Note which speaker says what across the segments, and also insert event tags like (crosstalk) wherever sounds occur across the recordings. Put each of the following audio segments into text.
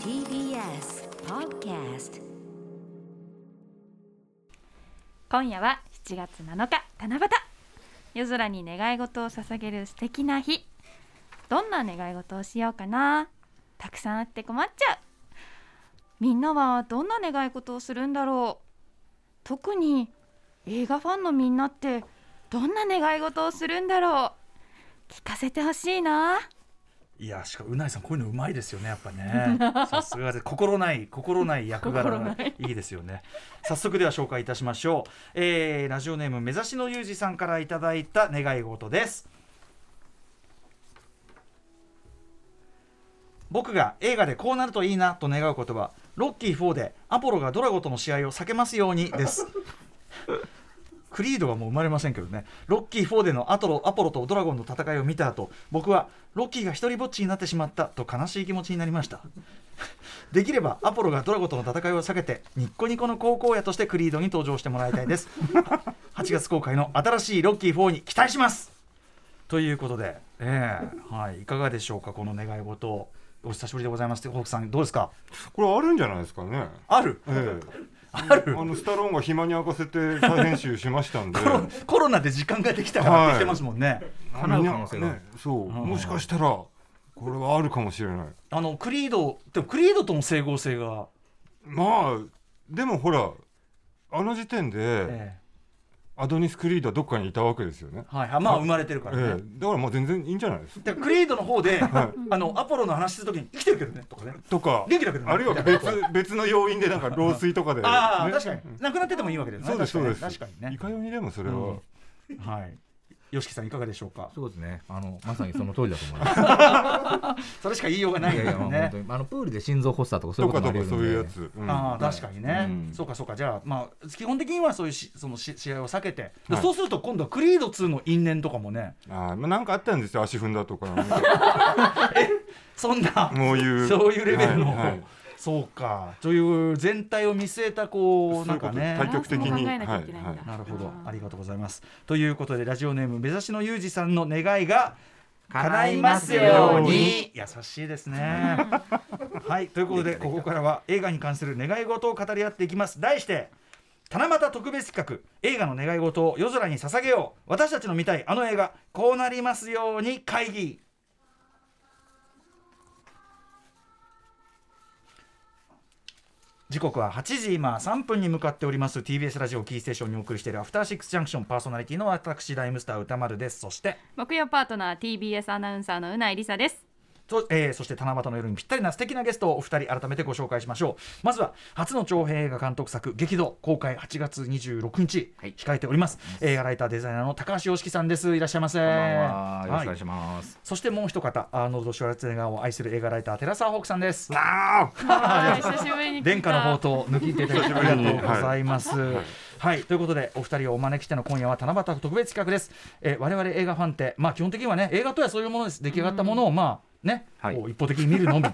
Speaker 1: TBS Podcast
Speaker 2: 今夜は7月7日七夕夜空に願い事を捧げる素敵な日どんな願い事をしようかなたくさんあって困っちゃうみんなはどんな願い事をするんだろう特に映画ファンのみんなってどんな願い事をするんだろう聞かせてほしいない
Speaker 3: やしかもうないさんこういうのうまいですよねやっ
Speaker 2: (laughs)
Speaker 3: ぱねさすがで心ない心ない役柄
Speaker 2: 心
Speaker 3: が
Speaker 2: ない
Speaker 3: いいですよね早速では紹介いたしましょう、えーラジオネーム目指しのゆうじさんからいただいた願い事です僕が映画でこうなるといいなと願う言葉ロッキー4でアポロがドラゴとの試合を避けますようにですクリードがもう生まれませんけどね、ロッキー4でのアトロアポロとドラゴンの戦いを見た後、僕はロッキーが一人ぼっちになってしまったと悲しい気持ちになりました。 (laughs) できればアポロがドラゴンとの戦いを避けて、ニッコニコの高校野としてクリードに登場してもらいたいです。8月公開の新しいロッキー4に期待しますということで、ええはい、いかがでしょうか、この願い事。お久しぶりでございます。ホークさん、どうですか
Speaker 4: これあるんじゃないですかね。
Speaker 3: ある
Speaker 4: え
Speaker 3: (laughs) あ
Speaker 4: え、
Speaker 3: る
Speaker 4: あのスタローンが暇に明かせて再編集しまし
Speaker 3: (laughs)
Speaker 4: たんで。
Speaker 3: コロコロナで時間ができたからできてますもんね。
Speaker 5: 叶う可能性がある
Speaker 4: ね、そう、
Speaker 3: ん
Speaker 4: もしかしたらこれはあるかもしれない。
Speaker 3: あのクリードでもクリードとの整合性が、
Speaker 4: まあでもほらあの時点でアドニス・クリードはどっかにいたわけですよね。
Speaker 3: はいはいまあ生まれてるからね、
Speaker 4: ええ、だからもう全然いいんじゃないですか。
Speaker 3: でクリードの方で、
Speaker 4: は
Speaker 3: あのアポロの話するときに生きてるけどねとかね
Speaker 4: とか、
Speaker 3: 元気だけどね
Speaker 4: あるいは別別の要因でなんか老衰とかで、
Speaker 3: ああ、
Speaker 4: ね
Speaker 3: 確かになくなっててもいいわけですね
Speaker 4: そうですそうです。
Speaker 3: 確かに
Speaker 4: い
Speaker 3: ね
Speaker 4: かようにでもそれは、
Speaker 3: うん確かにねはい吉木さんいかがでしょうか
Speaker 5: そうですね。あのまさにその通りだと思います。
Speaker 3: それしか言いよう (laughs) がない
Speaker 5: い
Speaker 3: で
Speaker 5: やい
Speaker 3: す
Speaker 5: や、
Speaker 3: よ
Speaker 5: まあ
Speaker 3: ね
Speaker 5: 本当にあのプールで心臓発作とかそうい
Speaker 4: と
Speaker 5: うこ
Speaker 4: か
Speaker 5: とも
Speaker 4: と
Speaker 5: あり
Speaker 4: か
Speaker 5: 得
Speaker 4: そう
Speaker 5: る
Speaker 4: いうやつ。
Speaker 5: んで
Speaker 4: うん
Speaker 3: ああ確かにね、
Speaker 4: うん
Speaker 3: そうかそうかじゃあまあ基本的にはそういうしそのし試合を避けて、で
Speaker 4: はい
Speaker 3: そうすると今度はクリード2の因縁とかもね
Speaker 4: あーまあ、なんかあったんですよ、足踏んだとか、
Speaker 3: そんな
Speaker 4: もういう、
Speaker 3: (laughs) そういうレベルの、
Speaker 4: はいはい
Speaker 3: そうかという全体を見据えたこうな
Speaker 4: そう
Speaker 3: いん
Speaker 4: うこ
Speaker 3: か
Speaker 4: と
Speaker 3: ね
Speaker 4: 対局的に、
Speaker 2: バランスも考えなきゃいけないんだ
Speaker 3: なるほど、ありがとうございます。ということで、ラジオネーム、目指しのゆうじさんの願いが。叶いますように優しいですね。 (laughs) はい、ということで、ここからは映画に関する願い事を語り合っていきます。題して。七夕特別企画映画の願い事を夜空に捧げよう私たちの見たいあの映画こうなりますように会議時刻は8時今3分に向かっております TBS ラジオキーステーションにお送りしているアフターシックスジャンクションパーソナリティの私ライムスター歌丸ですそして
Speaker 2: 木曜パートナー TBS アナウンサーのうないりさ
Speaker 3: (laughs)
Speaker 2: です
Speaker 3: とえーそして七夕の夜にぴったりな素敵なゲストをお二人改めてご紹介しましょうまずは初の長編映画監督作「激動」公開8月26日、
Speaker 5: はい
Speaker 3: 控えております映画ライターデザイナーの高橋洋樹さんですいらっしゃいませ
Speaker 5: こんばんは。よろしくお願い
Speaker 3: は
Speaker 5: します。
Speaker 3: そしてもう一方アーノルド・シュワルツェネッガーを愛する映画ライター寺澤ホークさんです
Speaker 4: あー
Speaker 2: はい久しぶりに聞いた
Speaker 3: 殿下の宝刀抜き入れていただきありがとうございます。はい、ということでお二人をお招きしての今夜は七夕特別企画です。えー、我々映画ファンってまあ基本的にはね映画とはそういうものです出来上がったものをまあね、
Speaker 5: はい
Speaker 3: こう一方的に見るのみ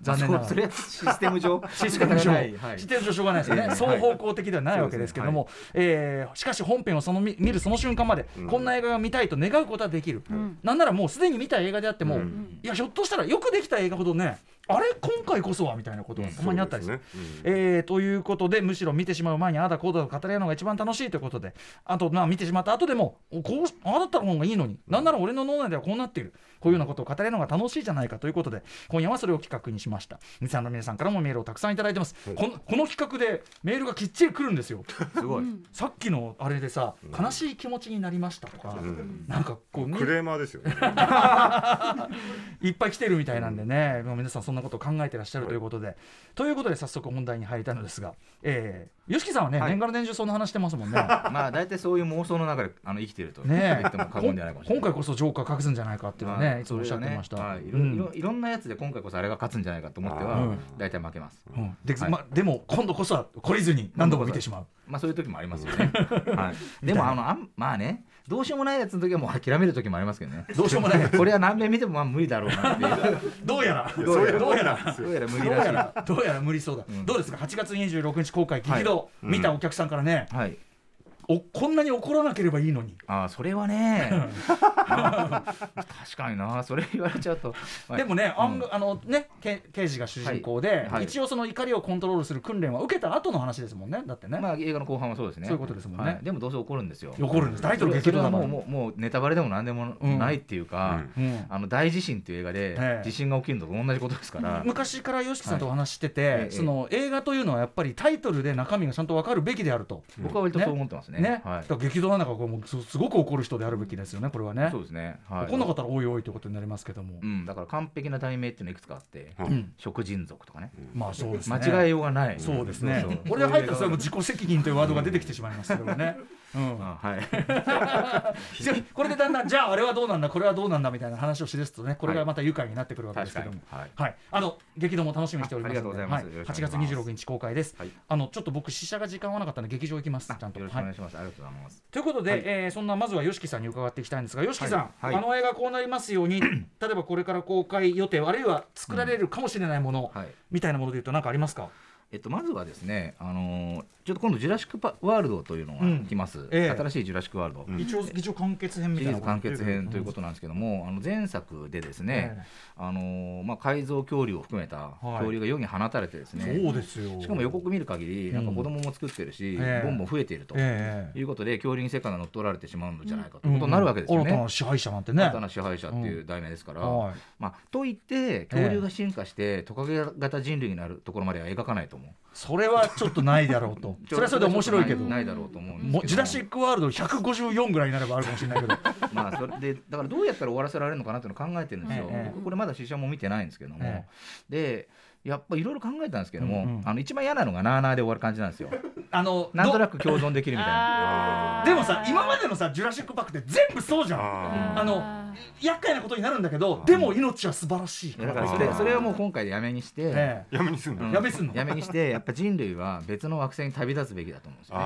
Speaker 3: 残念な
Speaker 5: そう
Speaker 3: が
Speaker 5: そ
Speaker 3: ら。
Speaker 5: れはシステム上、
Speaker 3: システム上、
Speaker 5: はいはい
Speaker 3: システム上しょうがないですよね、
Speaker 5: ええ
Speaker 3: 双方向的ではないわけですけれども、えーしかし本編をその見見るその瞬間まで、
Speaker 4: うん
Speaker 3: こんな映画が見たいと願うことはできる、なんならもうすでに見た映画であっても、
Speaker 4: うん
Speaker 3: いやひょっとしたらよくできた映画ほどねあれ今回こそはみたいなことがたまにあったりする、
Speaker 4: そうですねうん
Speaker 3: えーということでむしろ見てしまう前にああだこうだと語り合うのが一番楽しいということであとまあ見てしまった後でもおこうああだった方がいいのになんなら俺の脳内ではこうなっているこういうようなことを語り合うのが楽しいじゃないかということで今夜はそれを企画にしました三沢の皆さんからもメールをたくさんいただいてます、このこの企画でメールがきっちり来るんですよ
Speaker 5: すごい。
Speaker 3: さっきのあれでさ悲しい気持ちになりましたとか、
Speaker 4: うん
Speaker 3: なんかこうね
Speaker 4: クレーマーですよね。
Speaker 3: いっぱい来てるみたいなんでね、もう皆さんそんなことを考えてらっしゃるということで、ということで早速本題に入りたいのですが、えー、吉木さんはね、
Speaker 5: はい
Speaker 3: 年がら年中そんな話してますもんね
Speaker 5: まあ大体そういう妄想の中であの生きてると
Speaker 3: ね
Speaker 5: 言っても過言ではないかもしれない。
Speaker 3: 今回こそジョーカー隠すんじゃないかっていうのはね、
Speaker 5: まあ
Speaker 3: いつもおっしゃってました、
Speaker 5: それはねはいいろ
Speaker 3: う
Speaker 5: い
Speaker 3: ん
Speaker 5: ろいろんなやつで今回こそあれが勝つんじゃないかと思って
Speaker 4: あ
Speaker 5: は
Speaker 3: ー
Speaker 5: 大体負けます。
Speaker 3: うんで
Speaker 5: はい
Speaker 3: ま、でも今度こそは懲りずに何度も見てしまう
Speaker 5: まあそういう時もありますよね。はい、 (laughs) でもあのあんまあねどうしようもないやつの時はもう諦める時もありますけどね。
Speaker 3: どうしようもない
Speaker 5: これは何遍見てもまあ無理だろうなっていう。
Speaker 3: どうやら
Speaker 4: やそういう
Speaker 3: どうやら
Speaker 5: どうやら無
Speaker 3: どう
Speaker 5: 理らしい。
Speaker 3: やらどうやら無理そうだ、
Speaker 5: うん
Speaker 3: どうですか8月26日公開激動、見たお客さんからね、
Speaker 5: はい。
Speaker 3: おこんなに怒らなければいいのに、
Speaker 5: ああそれはね
Speaker 3: (laughs)
Speaker 5: 確かになそれ言われちゃうと、はい
Speaker 3: でもね,、
Speaker 5: うん
Speaker 3: あん、あのねけ刑事が主人公で、
Speaker 5: はい
Speaker 3: 一応その怒りをコントロールする訓練は受けた後の話ですもんねだってね、
Speaker 5: まあ映画の後半はそうですね
Speaker 3: そういうことですもんね
Speaker 5: はいでもどうせ怒るんですよ
Speaker 3: 怒るんですタイトル
Speaker 5: そ
Speaker 3: 激
Speaker 5: れ
Speaker 3: 怒
Speaker 5: は
Speaker 3: だ
Speaker 5: も
Speaker 3: も、
Speaker 5: うんもうもうネタバレでも何でもないっていうか、
Speaker 4: うん
Speaker 3: うん
Speaker 5: あの大地震っていう映画で、
Speaker 3: ええ
Speaker 5: 地震が起きるのと同じことですから、
Speaker 3: 昔から YOSHIKI さんとお話ししてて、
Speaker 5: はいええ
Speaker 3: その映画というのはやっぱりタイトルで中身がちゃんと分かるべきであると、
Speaker 5: 僕は割とそう思ってますね
Speaker 3: ね
Speaker 5: は、
Speaker 3: だから激動の中これもうすすごく怒る人であるべきですよねこれはいね
Speaker 5: そうですね、はい、
Speaker 3: 怒んなかったらおいおいということになりますけども、
Speaker 5: うん、だから完璧な題名っていうのいくつかあって、
Speaker 4: うん
Speaker 3: うん
Speaker 5: 食人族とかね
Speaker 3: まあそうですね
Speaker 5: 間違えようがない
Speaker 3: そうですね
Speaker 5: そうそ
Speaker 3: (laughs)
Speaker 5: う。
Speaker 3: これ入ったらそれはもう自己責任というワードが出てきてしまいますけどね。うん。
Speaker 5: あはい
Speaker 3: じゃあこれでだんだんじゃああれはどうなんだこれはどうなんだみたいな話をしですとねこれがまた愉快になってくるわけです
Speaker 5: 確
Speaker 3: けど
Speaker 5: か
Speaker 3: も
Speaker 5: に。、はい、
Speaker 3: はい、あの激動も楽しみにしておりますので
Speaker 5: あありがとうございます
Speaker 3: はい、
Speaker 5: よろしく
Speaker 3: 8
Speaker 5: お願い
Speaker 3: 月
Speaker 5: します
Speaker 3: 26日公開です、
Speaker 5: はい
Speaker 3: あのちょっと僕試写が時間はなかったので劇場行きますちゃんと
Speaker 5: よろしくお願いします、ありがとうございます
Speaker 3: ということで、
Speaker 5: はい
Speaker 3: えーそんなまずは YOSHIKI さんに伺っていきたいんですが YOSHIKI さん、
Speaker 5: はいはい
Speaker 3: あの映画こうなりますように例えばこれから公開予定あるいは作られるかもしれないもの、
Speaker 5: はい
Speaker 3: みたいなものでいうと何かありますか、
Speaker 5: えっと、まずはですね、あのーちょっと今度、ジュラシックパ・ワールドというのが来ます、
Speaker 3: ええ
Speaker 5: 新しいジュラシック・ワールド、
Speaker 4: うん
Speaker 3: 一応一応完結編み
Speaker 5: シ
Speaker 3: たいな
Speaker 5: リーズ完結編ということなんですけども、あの前作でですね、
Speaker 3: え
Speaker 5: あのーまあ、改造恐竜を含めた
Speaker 3: い
Speaker 5: 恐竜が世に放たれてですね、
Speaker 3: そうですよ
Speaker 5: しかも予告見る限り、なんか
Speaker 3: うん
Speaker 5: 子供も作ってるし、
Speaker 3: ええ
Speaker 5: ボンボン増えていると。
Speaker 3: ええ
Speaker 5: いうことで恐竜に世界が乗っ取られてしまうのじゃないかと
Speaker 3: う
Speaker 5: い
Speaker 3: ん
Speaker 5: うことになるわけですよね。
Speaker 3: 新たな支配者なんてね
Speaker 5: 新たな支配者っていう題名ですから、
Speaker 3: はい
Speaker 5: まあ、といって恐竜が進化してトカゲ型人類になるところまでは描かないと思う、
Speaker 3: それはちょっとないだろ
Speaker 5: (laughs)
Speaker 3: うとそれはそれで面白いけど
Speaker 5: ないないだろうと思うんですけど
Speaker 3: もジュラシック・ワールド154ぐらいになればあるかもしれないけど
Speaker 5: (laughs) まあそれでだからどうやったら終わらせられるのかなっていうのを考えてるんですよ、
Speaker 3: ええ
Speaker 5: 僕これまだ試写も見てないんですけども、
Speaker 3: え
Speaker 5: でやっぱいろいろ考えたんですけども、
Speaker 3: うんうん
Speaker 5: あの一番嫌なのがなあなあで終わる感じなんですよ
Speaker 3: あの
Speaker 5: なんとな
Speaker 3: ど
Speaker 5: く共存できるみた
Speaker 3: (laughs)
Speaker 5: いな。
Speaker 2: あー
Speaker 3: でもさ今までのさ「ジュラシック・パーク」って全部そうじゃん
Speaker 4: あ
Speaker 3: あの
Speaker 2: あ
Speaker 3: 厄介なことになるんだけどでも命は素晴らしい
Speaker 5: だからそれ
Speaker 4: あー
Speaker 5: それはもう今回でやめにして、
Speaker 3: え
Speaker 4: ーやめにすんの、
Speaker 5: うん
Speaker 3: やめすんの
Speaker 5: やめにしてやっぱ人類は別の惑星に旅立つべきだと思うんですよね。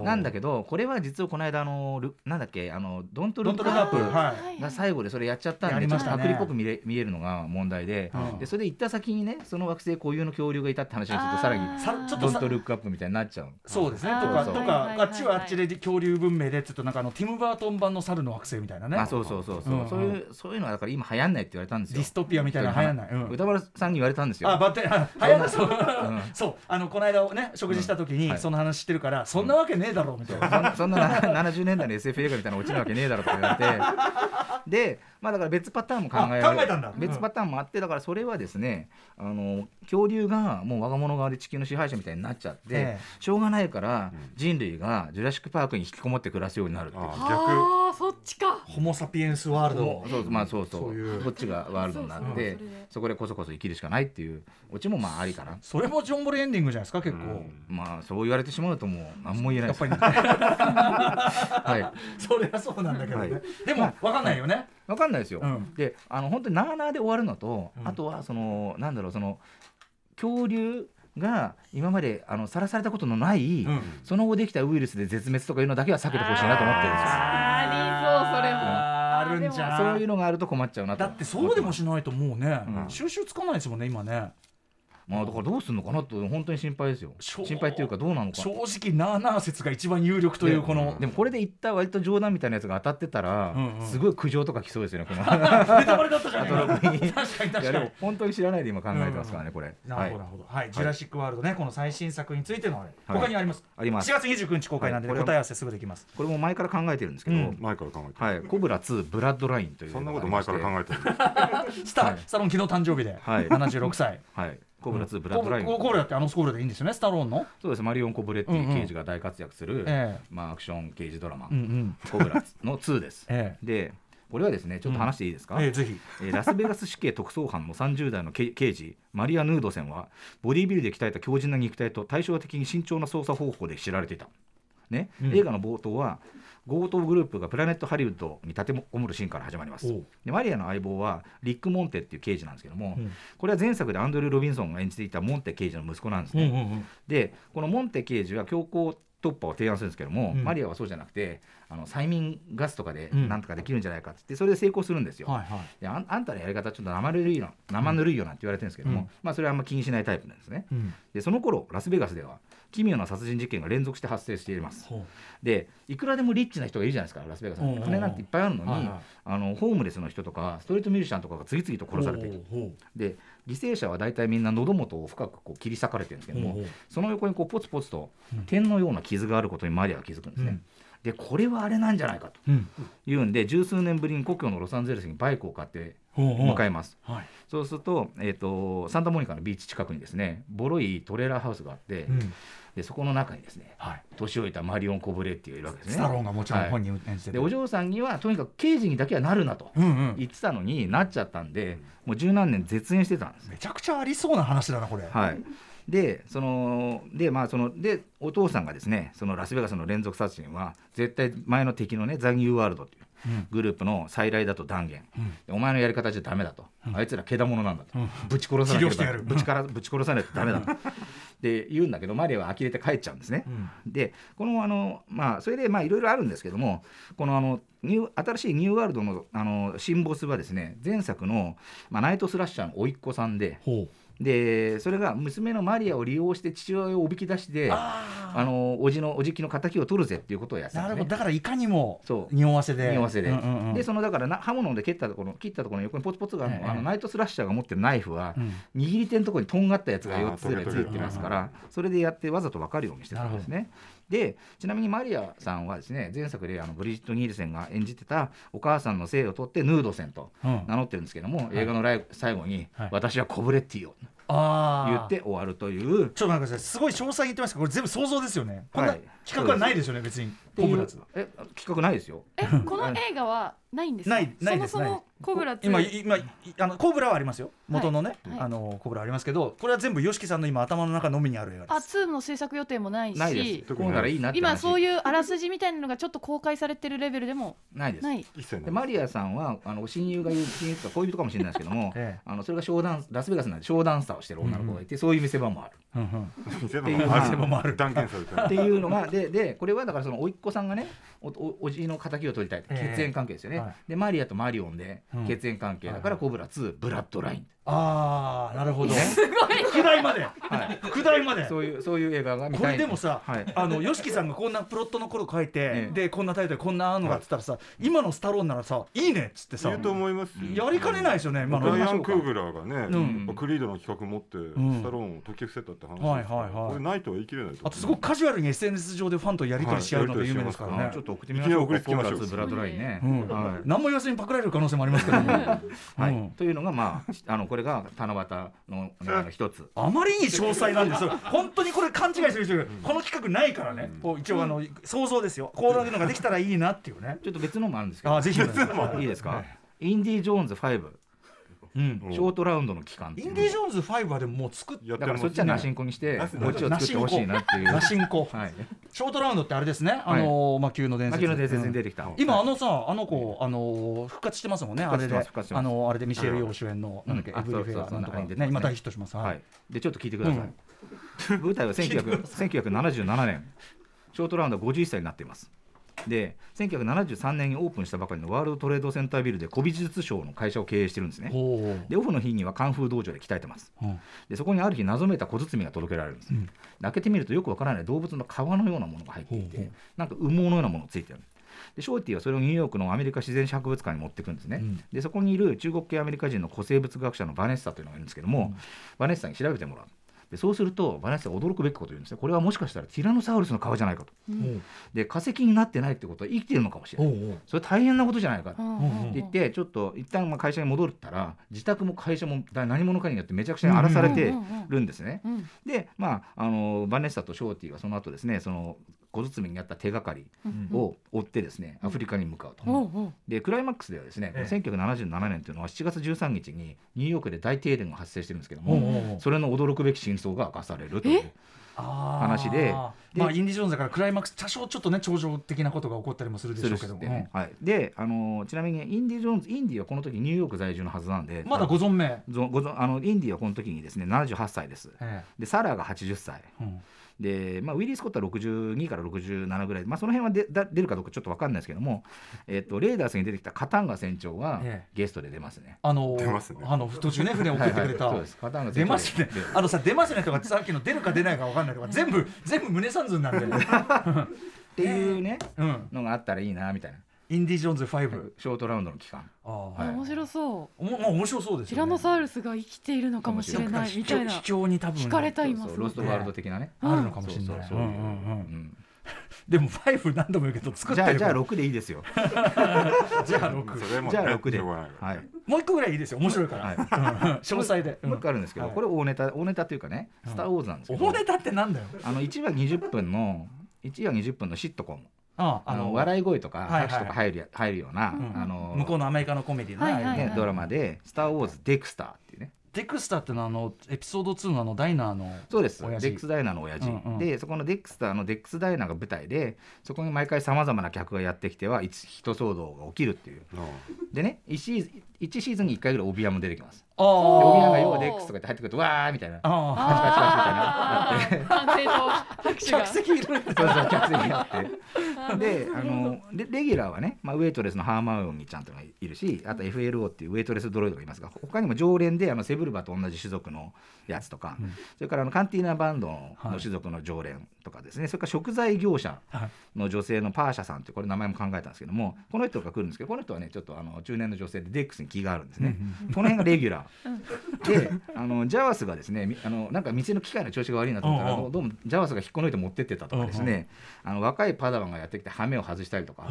Speaker 4: あ
Speaker 5: なんだけどこれは実はこの間あのルなんだっけあのドント
Speaker 3: え
Speaker 5: ル
Speaker 3: ド
Speaker 5: ッ
Speaker 3: ント
Speaker 5: ク
Speaker 3: ル
Speaker 5: ア
Speaker 3: カッ
Speaker 5: ップ
Speaker 3: プ
Speaker 5: が
Speaker 3: は
Speaker 2: ー
Speaker 5: が最後でそれやっちゃったん
Speaker 3: や
Speaker 5: で
Speaker 3: り
Speaker 5: ちょ
Speaker 3: まし
Speaker 5: っと
Speaker 3: たね
Speaker 5: パクリっぽく見れ見えるのが問題で
Speaker 3: うん
Speaker 5: でそれで行った先にねその惑星固有の恐竜がいたって話をするとさら
Speaker 2: あ
Speaker 5: に
Speaker 2: ー
Speaker 3: さちょっ
Speaker 5: ド
Speaker 3: と
Speaker 5: ン
Speaker 3: さ
Speaker 5: トルックアップみたいになっちゃう。
Speaker 3: そうですねと
Speaker 2: あー
Speaker 3: か
Speaker 5: そ
Speaker 3: と
Speaker 5: う
Speaker 2: はいはいはい
Speaker 3: かあっちはあっちで恐竜文明でちょっとなんかあのティム・バートン版の猿の惑星みたいなね
Speaker 5: あそうそうそうそう、
Speaker 3: うんうん
Speaker 5: そういうそういうのはだから今流行んないって言われたんですよ
Speaker 3: ディストピアみたいなの流行んないうん
Speaker 5: 歌丸さんに言われたんですよ
Speaker 3: あバッテリーあ早くそう
Speaker 5: うん
Speaker 3: (laughs) そうあのこの間ね食事した時
Speaker 5: うんは
Speaker 3: に
Speaker 5: い
Speaker 3: その話してるから、そんなわけねえだろうみたいな、
Speaker 5: そん (laughs) なそんな70年代の SF 映画みたいな落ちるわけねえだろとか言われてでまあだから別パターンも考えら
Speaker 3: あ
Speaker 5: れ
Speaker 3: 考えたんだうん
Speaker 5: 別パターンもあってだからそれはですねあの恐竜がもう我が物側で地球の支配者みたいになっちゃって、
Speaker 3: ええ
Speaker 5: しょうがないから人類がジュラシック・パークに引きこもって暮らすようになるっていう。
Speaker 4: あ逆
Speaker 2: あーそっちか
Speaker 3: ホモ・サピエンス・ワール
Speaker 5: そ
Speaker 3: ド
Speaker 5: うそうまあそうそう
Speaker 3: そういう
Speaker 5: こっちがワールドになっ
Speaker 2: そ
Speaker 5: て
Speaker 2: うそうそれで
Speaker 5: そこでこそこそ生きるしかないっていうオチもまあありかな
Speaker 3: それもジョン・ボレエンディングじゃないですか結構、
Speaker 4: うん
Speaker 5: まあそう言われてしまうともう何も言えな
Speaker 3: や
Speaker 5: いで
Speaker 3: っ
Speaker 5: す
Speaker 3: ぱり、ね、
Speaker 5: はい
Speaker 3: それはそうなんだけどね、
Speaker 4: はい
Speaker 3: でも分かんないよね、
Speaker 5: わかんないですよ。
Speaker 3: うん
Speaker 5: であの本当になあなあで終わるのと、
Speaker 3: うん
Speaker 5: あとはそのなんだろうその恐竜が今まであのさらされたことのない、
Speaker 3: うん
Speaker 5: その後できたウイルスで絶滅とかいうのだけは避けてほしいなと思ってるんですよ。
Speaker 2: ありそうそれも
Speaker 3: あーあるんじゃ
Speaker 5: そういううのがあると困っちゃうなと
Speaker 3: だってそうでもしないともうね、
Speaker 5: うん
Speaker 3: 収集つかないですもんね今ね
Speaker 5: まあだからどうするのかなと本当に心配ですよ
Speaker 3: しょう
Speaker 5: 心配っていうかどうなのか
Speaker 3: 正直なあなあ説が一番有力というこの、
Speaker 5: でもこれでいった割と冗談みたいなやつが当たってたら、
Speaker 3: うんうん
Speaker 5: すごい苦情とか来そうですよ
Speaker 3: (laughs)
Speaker 5: ねこの
Speaker 3: ネタバレだったじゃん今確かに
Speaker 5: いや
Speaker 3: 確
Speaker 5: で
Speaker 3: か
Speaker 5: も
Speaker 3: に
Speaker 5: 本当に知らないで今考えてますからね、これ
Speaker 3: なるほど、なるほど。はい、ジュラシックワールドね、この最新作についてのあれ、
Speaker 5: は
Speaker 3: 他
Speaker 5: い
Speaker 3: にあります。
Speaker 5: あります
Speaker 3: 4月29日公開なんで、
Speaker 5: はいこれは
Speaker 3: 答え合わせすぐできます。
Speaker 5: これも前から考えてるんですけど、
Speaker 3: うん
Speaker 4: 前から考えてる
Speaker 5: はい、コブラ2ブラッドラインという
Speaker 4: そんなこと前から考
Speaker 5: え
Speaker 4: えてる
Speaker 3: スタ、
Speaker 5: はい
Speaker 3: スタローン昨日誕生日で、
Speaker 5: はい
Speaker 3: 76歳。
Speaker 5: はいコブラ2ブラッドライン、
Speaker 3: ココールだってあのスコールでいいんですよね、スタローンの。
Speaker 5: そうですマリオン・コブレッテ
Speaker 3: うんう
Speaker 5: ィ
Speaker 3: ん
Speaker 5: 刑事が大活躍する、
Speaker 3: ええ
Speaker 5: まあ、アクション刑事ドラマ「
Speaker 3: うんうん。
Speaker 5: コブラ」の2です、
Speaker 3: (laughs) え
Speaker 5: でこれはですねちょっと話していいですか、
Speaker 3: ええ、ぜひ。
Speaker 5: えーラスベガス死刑特捜班の30代のけ刑事マリア・ヌードセンはボディービルで鍛えた強靭な肉体と対照的に慎重な捜査方法で知られていた、ね
Speaker 3: うん
Speaker 5: 映画の冒頭は強盗グループがプラネットハリウッドに立てこもるシーンから始まります
Speaker 3: おう
Speaker 5: でマリアの相棒はリック・モンテっていう刑事なんですけども、
Speaker 3: うん
Speaker 5: これは前作でアンドリュー・ロビンソンが演じていたモンテ刑事の息子なんです
Speaker 3: うん
Speaker 5: ね、
Speaker 3: うんうん。
Speaker 5: でこのモンテ刑事は強行突破を提案するんですけども、
Speaker 3: うん
Speaker 5: マリアはそうじゃなくてあの催眠ガスとかで
Speaker 3: うん
Speaker 5: なんとかできるんじゃないかって言ってそれで成功するんですよ。
Speaker 3: はいはい
Speaker 5: であんあんたのやり方ちょっと生ぬるいよ生ぬるいよなんて言われてるんですけども、
Speaker 3: うん
Speaker 5: まあ、それはあんま気にしないタイプなんですね。
Speaker 3: うん
Speaker 5: でその頃ラスベガスでは奇妙な殺人事件が連続して発生しています。
Speaker 3: ほ
Speaker 5: でいくらでもリッチな人がいるじゃないですかラスベガスに
Speaker 3: うん
Speaker 5: 金なんていっぱいあるの
Speaker 3: う
Speaker 5: に、
Speaker 3: はいは
Speaker 5: あのホームレスの人とかストリートミュージシャンとかが次々と
Speaker 3: い
Speaker 5: 殺されている
Speaker 3: ほうほ
Speaker 5: で犠牲者は大体みんな喉元を深くこう切り裂かれてるんですけ
Speaker 3: う
Speaker 5: ども、
Speaker 3: ほう
Speaker 5: その横にこうポツポツと
Speaker 3: うん
Speaker 5: 点のような傷があることにマリアは気づくんですね。
Speaker 3: うん
Speaker 5: でこれはあれなんじゃないかと
Speaker 3: うん
Speaker 5: いうんで十数年ぶりに故郷のロサンゼルスにバイクを買って
Speaker 3: ほうほう
Speaker 5: 向かいます。
Speaker 3: はい
Speaker 5: そうすると,、えー、とサンタモニカのビーチ近くにですねボロいトレーラーハウスがあって、
Speaker 3: うん
Speaker 5: でそこの中にですね
Speaker 3: はい
Speaker 5: 年老いたマリオン・コブレっていういるわけです
Speaker 3: スタロー
Speaker 5: ね。
Speaker 3: ンがもちろん本人演じて
Speaker 5: で
Speaker 3: る
Speaker 5: お嬢さんにはとにかく刑事にだけはなるなと
Speaker 3: うんうん
Speaker 5: 言ってたのになっちゃったんでもう十何年絶縁してたんです。
Speaker 3: めちゃくちゃありそうな話だなこれ
Speaker 5: はい、でそのでまあそのでお父さんがですねそのラスベガスの連続殺人は絶対前の敵のねザ・ニューワールドっていう
Speaker 3: うん
Speaker 5: グループの再来だと断言、
Speaker 3: うん
Speaker 5: お前のやり方じゃダメだと、あいつらけだものなんだと、
Speaker 3: うん
Speaker 5: ぶち殺さな
Speaker 3: 治療して
Speaker 5: き
Speaker 3: や
Speaker 5: ゃ
Speaker 3: る
Speaker 5: ぶちからぶち殺さないとダメ
Speaker 3: (laughs)
Speaker 5: だとで言うんだけどマリアは呆れて帰っちゃうんですね。
Speaker 3: うん
Speaker 5: でこのあのまあそれでまあいろいろあるんですけどもこのあのニュー新しいニューワールドのあの新ボスはですね前作の、まあ、ナイトスラッシャーの甥っ子さんで、
Speaker 3: ほう
Speaker 5: でそれが娘のマリアを利用して父親をおびき出してあ
Speaker 3: あ
Speaker 5: のおじのおじきの敵を取るぜっていうことをやっ
Speaker 3: ー
Speaker 5: てた
Speaker 3: なる
Speaker 5: ん
Speaker 3: ほ
Speaker 5: で
Speaker 3: どだ
Speaker 5: すね
Speaker 3: からいかにも
Speaker 5: そう
Speaker 3: 匂わせで
Speaker 5: 匂わせで,、
Speaker 3: うんうんうん
Speaker 5: でそのだからな刃物で蹴ったところ切ったところの横にポツポツがあるの,、
Speaker 3: ええ
Speaker 5: あのナイトスラッシャーが持ってるナイフは、
Speaker 3: うん
Speaker 5: 握り手のところにとんがったやつが4つぐらい
Speaker 4: あ
Speaker 5: つ
Speaker 4: ー
Speaker 5: いてますからそれでやってわざと分かるようにしてたんですね。でちなみにマリアさんはですね前作であのブリジット・ニールセンが演じてたお母さんの姓を取ってヌードセンと
Speaker 3: うん
Speaker 5: 名乗ってるんですけども、映画のライ最後に、
Speaker 3: はい
Speaker 5: 私はコブレッティを
Speaker 3: あ
Speaker 5: 言
Speaker 3: ー
Speaker 5: って終わるという
Speaker 3: ちょっとなんかすごい詳細に言ってますけどこれ全部想像ですよねこんな
Speaker 5: はい
Speaker 3: 企画はないですよね別に
Speaker 5: ってい
Speaker 3: コブ
Speaker 5: う
Speaker 3: ラズ
Speaker 5: え企画ないですよ
Speaker 2: えこの映画はないんですか
Speaker 3: ないないです
Speaker 2: そもそ
Speaker 3: ない
Speaker 2: もコブラ2
Speaker 3: 今今いあのコブラはありますよ元のね、
Speaker 2: はい
Speaker 3: あのコブラありますけどこれは全部 YOSHIKI さんの今頭の中のみにある映
Speaker 2: あ
Speaker 3: 画です、
Speaker 2: 2の制作予定もないし
Speaker 5: ないです
Speaker 4: 特
Speaker 5: こ
Speaker 4: にな
Speaker 5: う
Speaker 4: い
Speaker 5: ならいいなって
Speaker 2: 今そう
Speaker 5: う
Speaker 2: いうあらすじみたいなのがちょっと公開されてるレベルでも
Speaker 5: ないです
Speaker 2: ない
Speaker 4: 一切ない
Speaker 5: でマリアさんはあの親友が言う親友とか恋人かもしれないですけども
Speaker 3: (laughs) ええ
Speaker 5: あのそれがショーダンラスベガスなんでショーダンサーをしてる女の子がいて、そういう見せ場もある
Speaker 3: うんうん
Speaker 4: 店
Speaker 5: っていう
Speaker 4: もあ
Speaker 5: 店
Speaker 4: る
Speaker 3: もある
Speaker 4: 断言された
Speaker 5: っていうのがででこれはだからその甥っ子さんがねおおおじの敵を取りたい
Speaker 3: ええ
Speaker 5: 血縁関係ですよね、
Speaker 3: はい
Speaker 5: でマリアとマリオンで
Speaker 3: うん
Speaker 5: 血縁関係だからコブラ2ブラッドライン、
Speaker 3: あーなるほ
Speaker 2: (laughs)
Speaker 3: ど
Speaker 5: ね
Speaker 3: 副題まで
Speaker 5: はい、
Speaker 3: 副題まで
Speaker 5: そういうそういう映画が見
Speaker 3: こ
Speaker 5: たい
Speaker 3: れでもさ、
Speaker 5: はい
Speaker 3: あの YOSHIKI さんがこんなプロットの頃書いて、
Speaker 5: ええ
Speaker 3: でこんなタイトルこんなのがっつったらさ、今のスタローンならさいいねっつってさ
Speaker 4: 言うと思いますよ
Speaker 3: やりかねないですよね今の
Speaker 4: ライ
Speaker 3: は
Speaker 4: アン・クーグラーがね、
Speaker 3: うん
Speaker 4: クリードの企画持って、
Speaker 3: ん
Speaker 4: スタローンを解き伏せたって話ですから、
Speaker 3: はいはいはい
Speaker 4: これないとは言い切れないと思う
Speaker 3: あとすごくカジュアルに SNS 上でファンとやり取りし合うので有名ですからね、
Speaker 5: あちょっと送ってみましょう
Speaker 4: いきなり送りつけましょう
Speaker 5: コブラ2ブラッドラインね、
Speaker 3: うん
Speaker 5: はい
Speaker 3: 何も言わずにパクられる可能性もありますけど
Speaker 2: (laughs)
Speaker 3: ね、
Speaker 5: はい
Speaker 3: うん
Speaker 5: というのが、まあし、あのこれが七夕のあの一つ。
Speaker 3: あまりに詳細なんですよ、本当にこれ、勘違いする人、この企画ないからね、こう一応あの、想像ですよ、こういうのができたらいいなっていうね。
Speaker 5: ちょっと別のもあるんですけ
Speaker 3: あ
Speaker 5: ど、
Speaker 3: ぜひ、
Speaker 5: いいですか、インディ・ジョーンズ5、
Speaker 3: うん、
Speaker 4: うん
Speaker 5: ショートラウンドの期間って
Speaker 3: イ
Speaker 5: いう
Speaker 3: ンディ・ジョーンズ5はでももう作っ
Speaker 4: やって
Speaker 5: だからそっちはナシンコにして、
Speaker 4: ナ
Speaker 5: こ
Speaker 4: シン
Speaker 5: っちを作ってほしいなっていう。
Speaker 3: た、進行、
Speaker 5: はい。
Speaker 3: ショートラウンドってあれですね、あのー魔球の伝
Speaker 5: 魔
Speaker 3: 説。
Speaker 5: 球の伝説に出てきた。
Speaker 3: うん今あのさ、あの子、あのー復活してますもんね、あ
Speaker 5: 復活
Speaker 3: れで、
Speaker 5: してます復活してま
Speaker 3: あ
Speaker 5: す
Speaker 3: のーあれでミシェル・ヨー主演の、なんだっけ、
Speaker 5: うん
Speaker 3: エブリィ・フェアなんと
Speaker 5: あ
Speaker 3: か、
Speaker 5: そうそうそう中に出てます
Speaker 3: ね、
Speaker 5: ね
Speaker 3: 今大ヒットします。
Speaker 5: は
Speaker 3: はい
Speaker 5: い。でちょっと聞いてください。
Speaker 3: うん
Speaker 5: 舞台は1900 1977年、ショートラウンドは51歳になっています。で1973年にオープンしたばかりのワールドトレードセンタービルで古美術商の会社を経営してるんですね。
Speaker 3: ほう
Speaker 5: でオフの日にはカンフー道場で鍛えてます
Speaker 3: うん
Speaker 5: でそこにある日謎めいた小包が届けられるんです、
Speaker 3: うん
Speaker 5: で開けてみるとよくわからない動物の皮のようなものが入っていて
Speaker 3: ほうほう
Speaker 5: なんか羽毛のようなものがついてるでショーティーはそれをニューヨークのアメリカ自然史博物館に持ってくんですね、
Speaker 3: うん
Speaker 5: でそこにいる中国系アメリカ人の古生物学者のバネッサというのがいるんですけども、バネッサに調べてもらうでそうするとバネッサは驚くべきことを言うんですねこれはもしかしたらティラノサウルスの皮じゃないかとで化石になってないってことは生きてるのかもしれ
Speaker 3: ほう
Speaker 5: ない
Speaker 3: ほう
Speaker 5: それ大変なことじゃないかと
Speaker 2: うん
Speaker 3: うんうん
Speaker 5: って言ってちょっと一旦まあ会社に戻ったら自宅も会社もだ何者かによってめちゃくちゃに荒らされてるんですね。
Speaker 2: うんうん
Speaker 5: でまああのバネッサとショーティはその後ですねその小包にあった手がかり
Speaker 2: うん
Speaker 5: を追ってですね、アフリカに向かうと。
Speaker 2: おうおう
Speaker 5: でクライマックスではですね、
Speaker 3: ええ
Speaker 5: 1977年というのは7月13日にニューヨークで大停電が発生してるんですけども、
Speaker 3: ほうほうほう
Speaker 5: それの驚くべき真相が明かされるという
Speaker 2: え
Speaker 5: 話で
Speaker 3: まあ、
Speaker 5: で
Speaker 3: インディ・ジョーンズだからクライマックス多少ちょっとね頂上的なことが起こったりもするでしょうけども、
Speaker 5: するってねはい、で、あのーちなみにインディ・ジョーンズインディはこの時ニューヨーク在住のはずなんで
Speaker 3: うんまだご存命、
Speaker 5: ぞごぞあのインディはこの時にですね78歳です
Speaker 3: え
Speaker 5: でサラーが80歳
Speaker 3: えうん
Speaker 5: で、まあ、ウィリー・スコットは62から67ぐらい、まあ、その辺はでだ出るかどうかちょっと分かんないですけども、えっとレーダースに出てきたカタンガ船長は
Speaker 3: ええ
Speaker 5: ゲストで出ますね。
Speaker 3: あの
Speaker 4: 出ますね
Speaker 3: あの途中ね船を送ってくれた、
Speaker 5: はいはいそうですカタンガ
Speaker 3: 出
Speaker 5: 船長
Speaker 3: ますね
Speaker 5: で
Speaker 3: あのさ出ますねとかさっきの出るか出ないか分かんないとか全部全部胸三寸なん
Speaker 5: (laughs)
Speaker 3: で、
Speaker 5: っていうね、
Speaker 3: うん、
Speaker 5: のがあったらいいなみたいな
Speaker 3: インディ・ジョーンズ5
Speaker 5: ショートラウンドの期間
Speaker 3: ああ、
Speaker 5: はい
Speaker 6: 面白そう
Speaker 3: おもまあ面白そうです
Speaker 6: ティ
Speaker 3: よ
Speaker 6: ラ
Speaker 3: ね
Speaker 6: ノサウルスが生きているのかもしれないみたいな
Speaker 3: 秘境に多分
Speaker 6: 惹かれた今
Speaker 5: そうそう
Speaker 6: すご
Speaker 5: ロ
Speaker 6: い
Speaker 5: ストワールド的なね。
Speaker 3: あるのかもしれない、
Speaker 5: そうそうそういう
Speaker 3: うんうんうん
Speaker 5: うん
Speaker 3: でも5何度も言うけど作って
Speaker 5: じゃあ
Speaker 3: る
Speaker 5: じゃあ
Speaker 3: から
Speaker 5: 6でい
Speaker 3: (laughs)
Speaker 5: いですよ。
Speaker 3: じゃあ
Speaker 4: うん
Speaker 3: 6
Speaker 4: それも
Speaker 5: じゃあ6で。
Speaker 4: しょうが
Speaker 5: は
Speaker 4: ないから
Speaker 5: い。
Speaker 3: もう一個ぐらいいいですよ面白いから、
Speaker 5: はい
Speaker 3: うん
Speaker 5: (laughs)
Speaker 3: 詳細で、うん
Speaker 5: もう一個あるんですけど、
Speaker 3: はい
Speaker 5: これ大ネタ大ネタというかね、スター・ウォーズなんですけど、
Speaker 3: 大ネタってなんだよ
Speaker 5: あの1話20分の1話20分のシットコム、
Speaker 3: あ
Speaker 5: あの笑い声とか
Speaker 3: はいはい
Speaker 5: 拍手とか入るや入るような、
Speaker 3: うん
Speaker 5: あの
Speaker 3: 向こうのアメリカのコメディの、
Speaker 6: はいはい
Speaker 5: ね、ドラマで「スター・ウォーズ・デクスター」っていうね
Speaker 3: デクスターってのはあのエピソード2のあのダイナーの
Speaker 5: そうです
Speaker 3: 親父
Speaker 5: デックス・ダイナーの親父、
Speaker 3: うんうん
Speaker 5: でそこのデックスターのデックス・ダイナーが舞台でそこに毎回さまざまな客がやってきてはいつ人騒動が起きるっていうでね1シーズン1シーズンに1回ぐらいオビアも出てきます
Speaker 3: あ
Speaker 5: でオビア
Speaker 6: あ
Speaker 5: が「
Speaker 6: ー
Speaker 5: ようデックス」とか言って入ってくると「わー」みたいな
Speaker 3: ああ
Speaker 6: あー完成と拍手が
Speaker 5: (laughs)
Speaker 3: 客席いるんだ
Speaker 5: そうそう客席になってで (laughs) あのレレギュラーはね、まあ、ウェイトレスのハーマウニーちゃんとかいるしあと FLO っていうウェイトレスドロイドがいますが他にも常連であのセブルバと同じ種族のやつとか、
Speaker 3: うん
Speaker 5: それからあのカンティーナバンドの
Speaker 3: はい
Speaker 5: 種族の常連とかですね、それから食材業者の女性のパーシャさんってこれ名前も考えたんですけどもこの人が来るんですけどこの人はねちょっとあの中年の女性でデックスに気があるんですね、この辺がレギュラー、であのジャワスがですねみあのなんか店の機械の調子が悪いなと思ったら
Speaker 3: うんうん
Speaker 5: どうもジャワスが引っこ抜いて持ってってたとかですね、あの若いパダワンがやってきて羽目を外したりとか、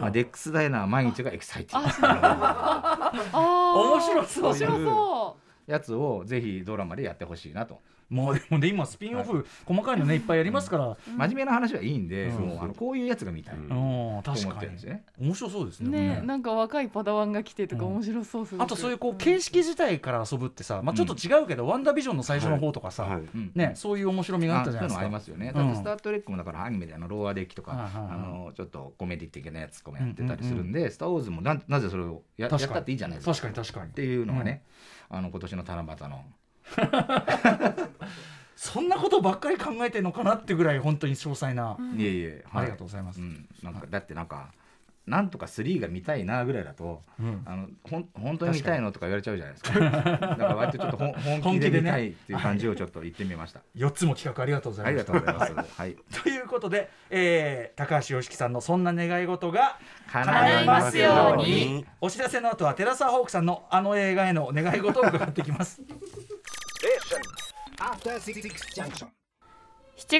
Speaker 5: まあ、デックスダイナーは毎日がエキサイティング
Speaker 6: あー
Speaker 3: 面白そう
Speaker 6: 面白そ
Speaker 5: やつをぜひドラマでやってほしいなと、
Speaker 3: (laughs) もうでもね今スピンオフ、細かいのねいっぱいやりますから、
Speaker 5: 真面目な話はいいんで、
Speaker 3: うん
Speaker 5: もうあのこういうやつが見たい、
Speaker 4: うん
Speaker 5: と
Speaker 3: うん確
Speaker 5: 思っ
Speaker 3: か
Speaker 5: てるん
Speaker 3: に
Speaker 5: ですよね。
Speaker 3: 面白そうです
Speaker 6: う
Speaker 3: ね
Speaker 6: ねなんか若いパダワンが来てとか
Speaker 3: うん
Speaker 6: 面白そうすごく
Speaker 3: あとそういうこう形式自体から遊ぶってさ、まあ、ちょっと違うけど、ワンダービジョンの最初の方とかさ、
Speaker 4: はい
Speaker 5: うん
Speaker 3: ね、そういう面白みがあったじゃないです
Speaker 5: あそういうのあ
Speaker 3: か。
Speaker 5: りますよね。
Speaker 3: うん
Speaker 5: だってスター・トレックもだからアニメであのローアデッキとか、
Speaker 3: はいはいはい
Speaker 5: あのちょっとコメディ的なやつとかもやってたりするんで、スター・ウォーズもなんなぜそれをややっ
Speaker 3: 確かに
Speaker 5: たっていいじゃないですか。
Speaker 3: 確かに確かに
Speaker 5: っていうのがね、あの今年の七夕の。
Speaker 3: そんなことばっかり考えてるのかなってぐらい本当に詳細な、
Speaker 5: いえいえ、
Speaker 3: ありがとうございます、
Speaker 5: うん、なんかだってなんか。なんとか3が見たいなぐらいだと、
Speaker 3: うん
Speaker 5: あのほん本当に見たいのとか言われちゃう (laughs) じゃないですかだから割とちょっとほん本気
Speaker 3: 本気で
Speaker 5: で
Speaker 3: ね
Speaker 5: 見たいっていう感じをちょっと言ってみました、
Speaker 3: 4つも企画ありがとうござ
Speaker 5: あ
Speaker 3: い
Speaker 5: り
Speaker 3: まし
Speaker 5: がと
Speaker 3: た
Speaker 5: うございます、はい、
Speaker 3: ということで、えー高橋良樹さんのそんな願い事が
Speaker 5: 叶
Speaker 2: いますよう
Speaker 4: に
Speaker 3: お知らせの後はテラサホークさんのあの映画への願い事を伺ってきます (laughs)
Speaker 2: 7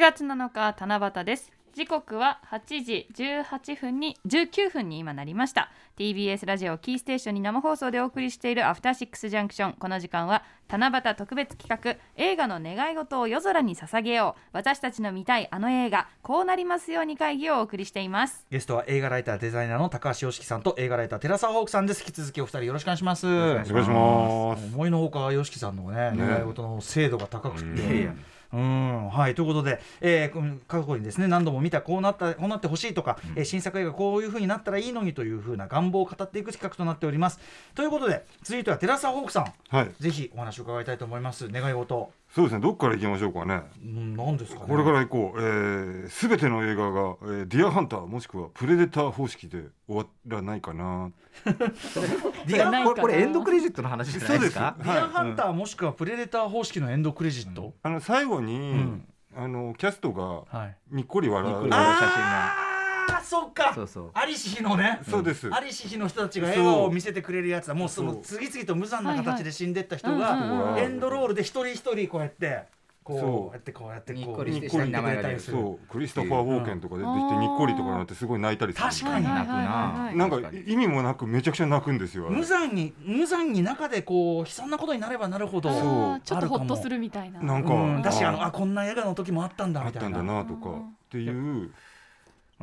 Speaker 2: 月7日七夕です時刻は8時18分に19分に今なりました TBS ラジオをキーステーションに生放送でお送りしているアフターシックスジャンクションこの時間は七夕特別企画映画の願い事を夜空に捧げよう私たちの見たいあの映画こうなりますように会議をお送りしています
Speaker 3: ゲストは映画ライターデザイナーの高橋良樹さんと映画ライターテラサホークさんです引き続きお二人よろしくお願いします
Speaker 5: お願
Speaker 4: お願いします。
Speaker 3: 思いのほか良樹さんのね
Speaker 4: ね
Speaker 3: 願い事の精度が高くて、
Speaker 5: いやいや
Speaker 3: うんはいということで、えーこの過去にですね何度も見たこうなったこうなってほしいとか、えー新作映画こういう風になったらいいのにという風な願望を語っていく企画となっておりますということで続いてはテラサホークさん
Speaker 4: はい。
Speaker 3: ぜひお話を伺いたいと思います願い事、
Speaker 4: そうですね。どっから行きましょうかね。
Speaker 3: うん、何ですかね
Speaker 4: これから行こう。す、べ、ての映画が、えーディアハンターもしくはプレデター方式で終わらないかな。
Speaker 3: ディア
Speaker 5: これこれエンドクレジットの話じゃないですか
Speaker 3: ディアンハンターもしくはプレデター方式のエンドクレジット、
Speaker 4: あの最後に、
Speaker 3: ん
Speaker 4: あのキャストが
Speaker 3: はい
Speaker 4: にっこり笑う。
Speaker 5: にっこり笑う
Speaker 3: ああーそっか
Speaker 5: そうそう
Speaker 3: ありし日のね
Speaker 4: そうです。
Speaker 3: ありし日の人たちが笑顔を見せてくれるやつだもうその
Speaker 4: そう
Speaker 3: 次々と無残な形で死んでった人
Speaker 6: はいはい
Speaker 4: うんうん
Speaker 3: が
Speaker 4: うん
Speaker 3: エンドロールで一人一人こうやって
Speaker 4: そ
Speaker 3: こ
Speaker 4: う
Speaker 3: うやってこうやって
Speaker 5: にっ
Speaker 3: こ
Speaker 5: こ
Speaker 3: う
Speaker 5: り
Speaker 4: し
Speaker 3: に
Speaker 4: て
Speaker 3: っこり
Speaker 5: 下に名前が出る
Speaker 3: してくれたりする
Speaker 4: そうクリストファー・ウォーケンとか出てきて
Speaker 6: うん
Speaker 4: にっこりとかなってすごい泣いたりする。
Speaker 3: 確かに
Speaker 6: はい
Speaker 5: 泣く
Speaker 6: はいはい
Speaker 5: な
Speaker 6: はい
Speaker 4: なんか意味もなくめちゃくちゃ泣くんですよ。あれ
Speaker 3: 無残に無残に中でこう悲惨なことになればなるほど
Speaker 6: あー
Speaker 4: そう
Speaker 6: ちょっとほっとす
Speaker 3: る
Speaker 6: るみたいな
Speaker 4: なんか、
Speaker 3: うんだしあの
Speaker 4: あ
Speaker 3: あこんな映画の時もあったんだ
Speaker 4: あ
Speaker 3: み
Speaker 4: ったた
Speaker 3: い
Speaker 4: んだ
Speaker 3: な
Speaker 4: なとかっていう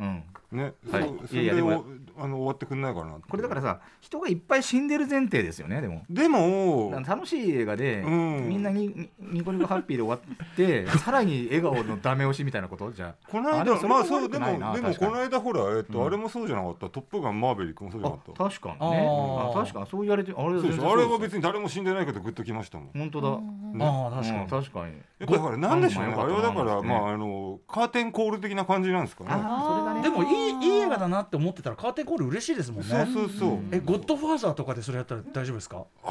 Speaker 5: うん、
Speaker 4: ね、
Speaker 5: はい
Speaker 4: そそ
Speaker 5: いや
Speaker 4: れで
Speaker 5: いやでも
Speaker 4: おあの終わってくんないかなって
Speaker 5: これだからさ人がいっぱい死んでる前提ですよねでも
Speaker 4: でも
Speaker 5: だから楽しい映画で、
Speaker 4: うん
Speaker 5: みんなににニコニコハッピーで終わって
Speaker 4: (laughs)
Speaker 5: さらに笑顔のダメ押しみたいなことじゃあ
Speaker 4: この間
Speaker 5: あでもそれ
Speaker 4: ま
Speaker 5: も
Speaker 4: あそう
Speaker 5: 悪
Speaker 4: で
Speaker 5: く
Speaker 4: も
Speaker 5: ないな
Speaker 4: でも
Speaker 5: 確か
Speaker 4: こ
Speaker 5: に
Speaker 4: の間ほらえっと、
Speaker 5: うん
Speaker 4: あれもそうじゃなかった「トップガンマーヴェリック」も (laughs) そうじゃなかった
Speaker 5: あ確かにね
Speaker 3: あー
Speaker 5: あ確かにそう言われてあれ
Speaker 4: そうでし
Speaker 5: 全然
Speaker 4: ょあれは別
Speaker 5: に
Speaker 4: に誰も死んでないけどグッときましたもん
Speaker 5: 本当だ、
Speaker 4: ね
Speaker 3: ああ確かに、
Speaker 5: うん確かに
Speaker 4: やっぱだからなんでしょうね
Speaker 5: ご
Speaker 4: あれはだから、
Speaker 5: うん
Speaker 4: まああのカーテンコール的な感じなんですかね
Speaker 5: あーそれがね
Speaker 3: でもいいいい映画だなって思ってたらカーテンコール嬉しいですもんね
Speaker 4: そうそうそう、
Speaker 5: うん
Speaker 3: えゴッドファーザーとかでそれやったら大丈夫ですか
Speaker 4: ああ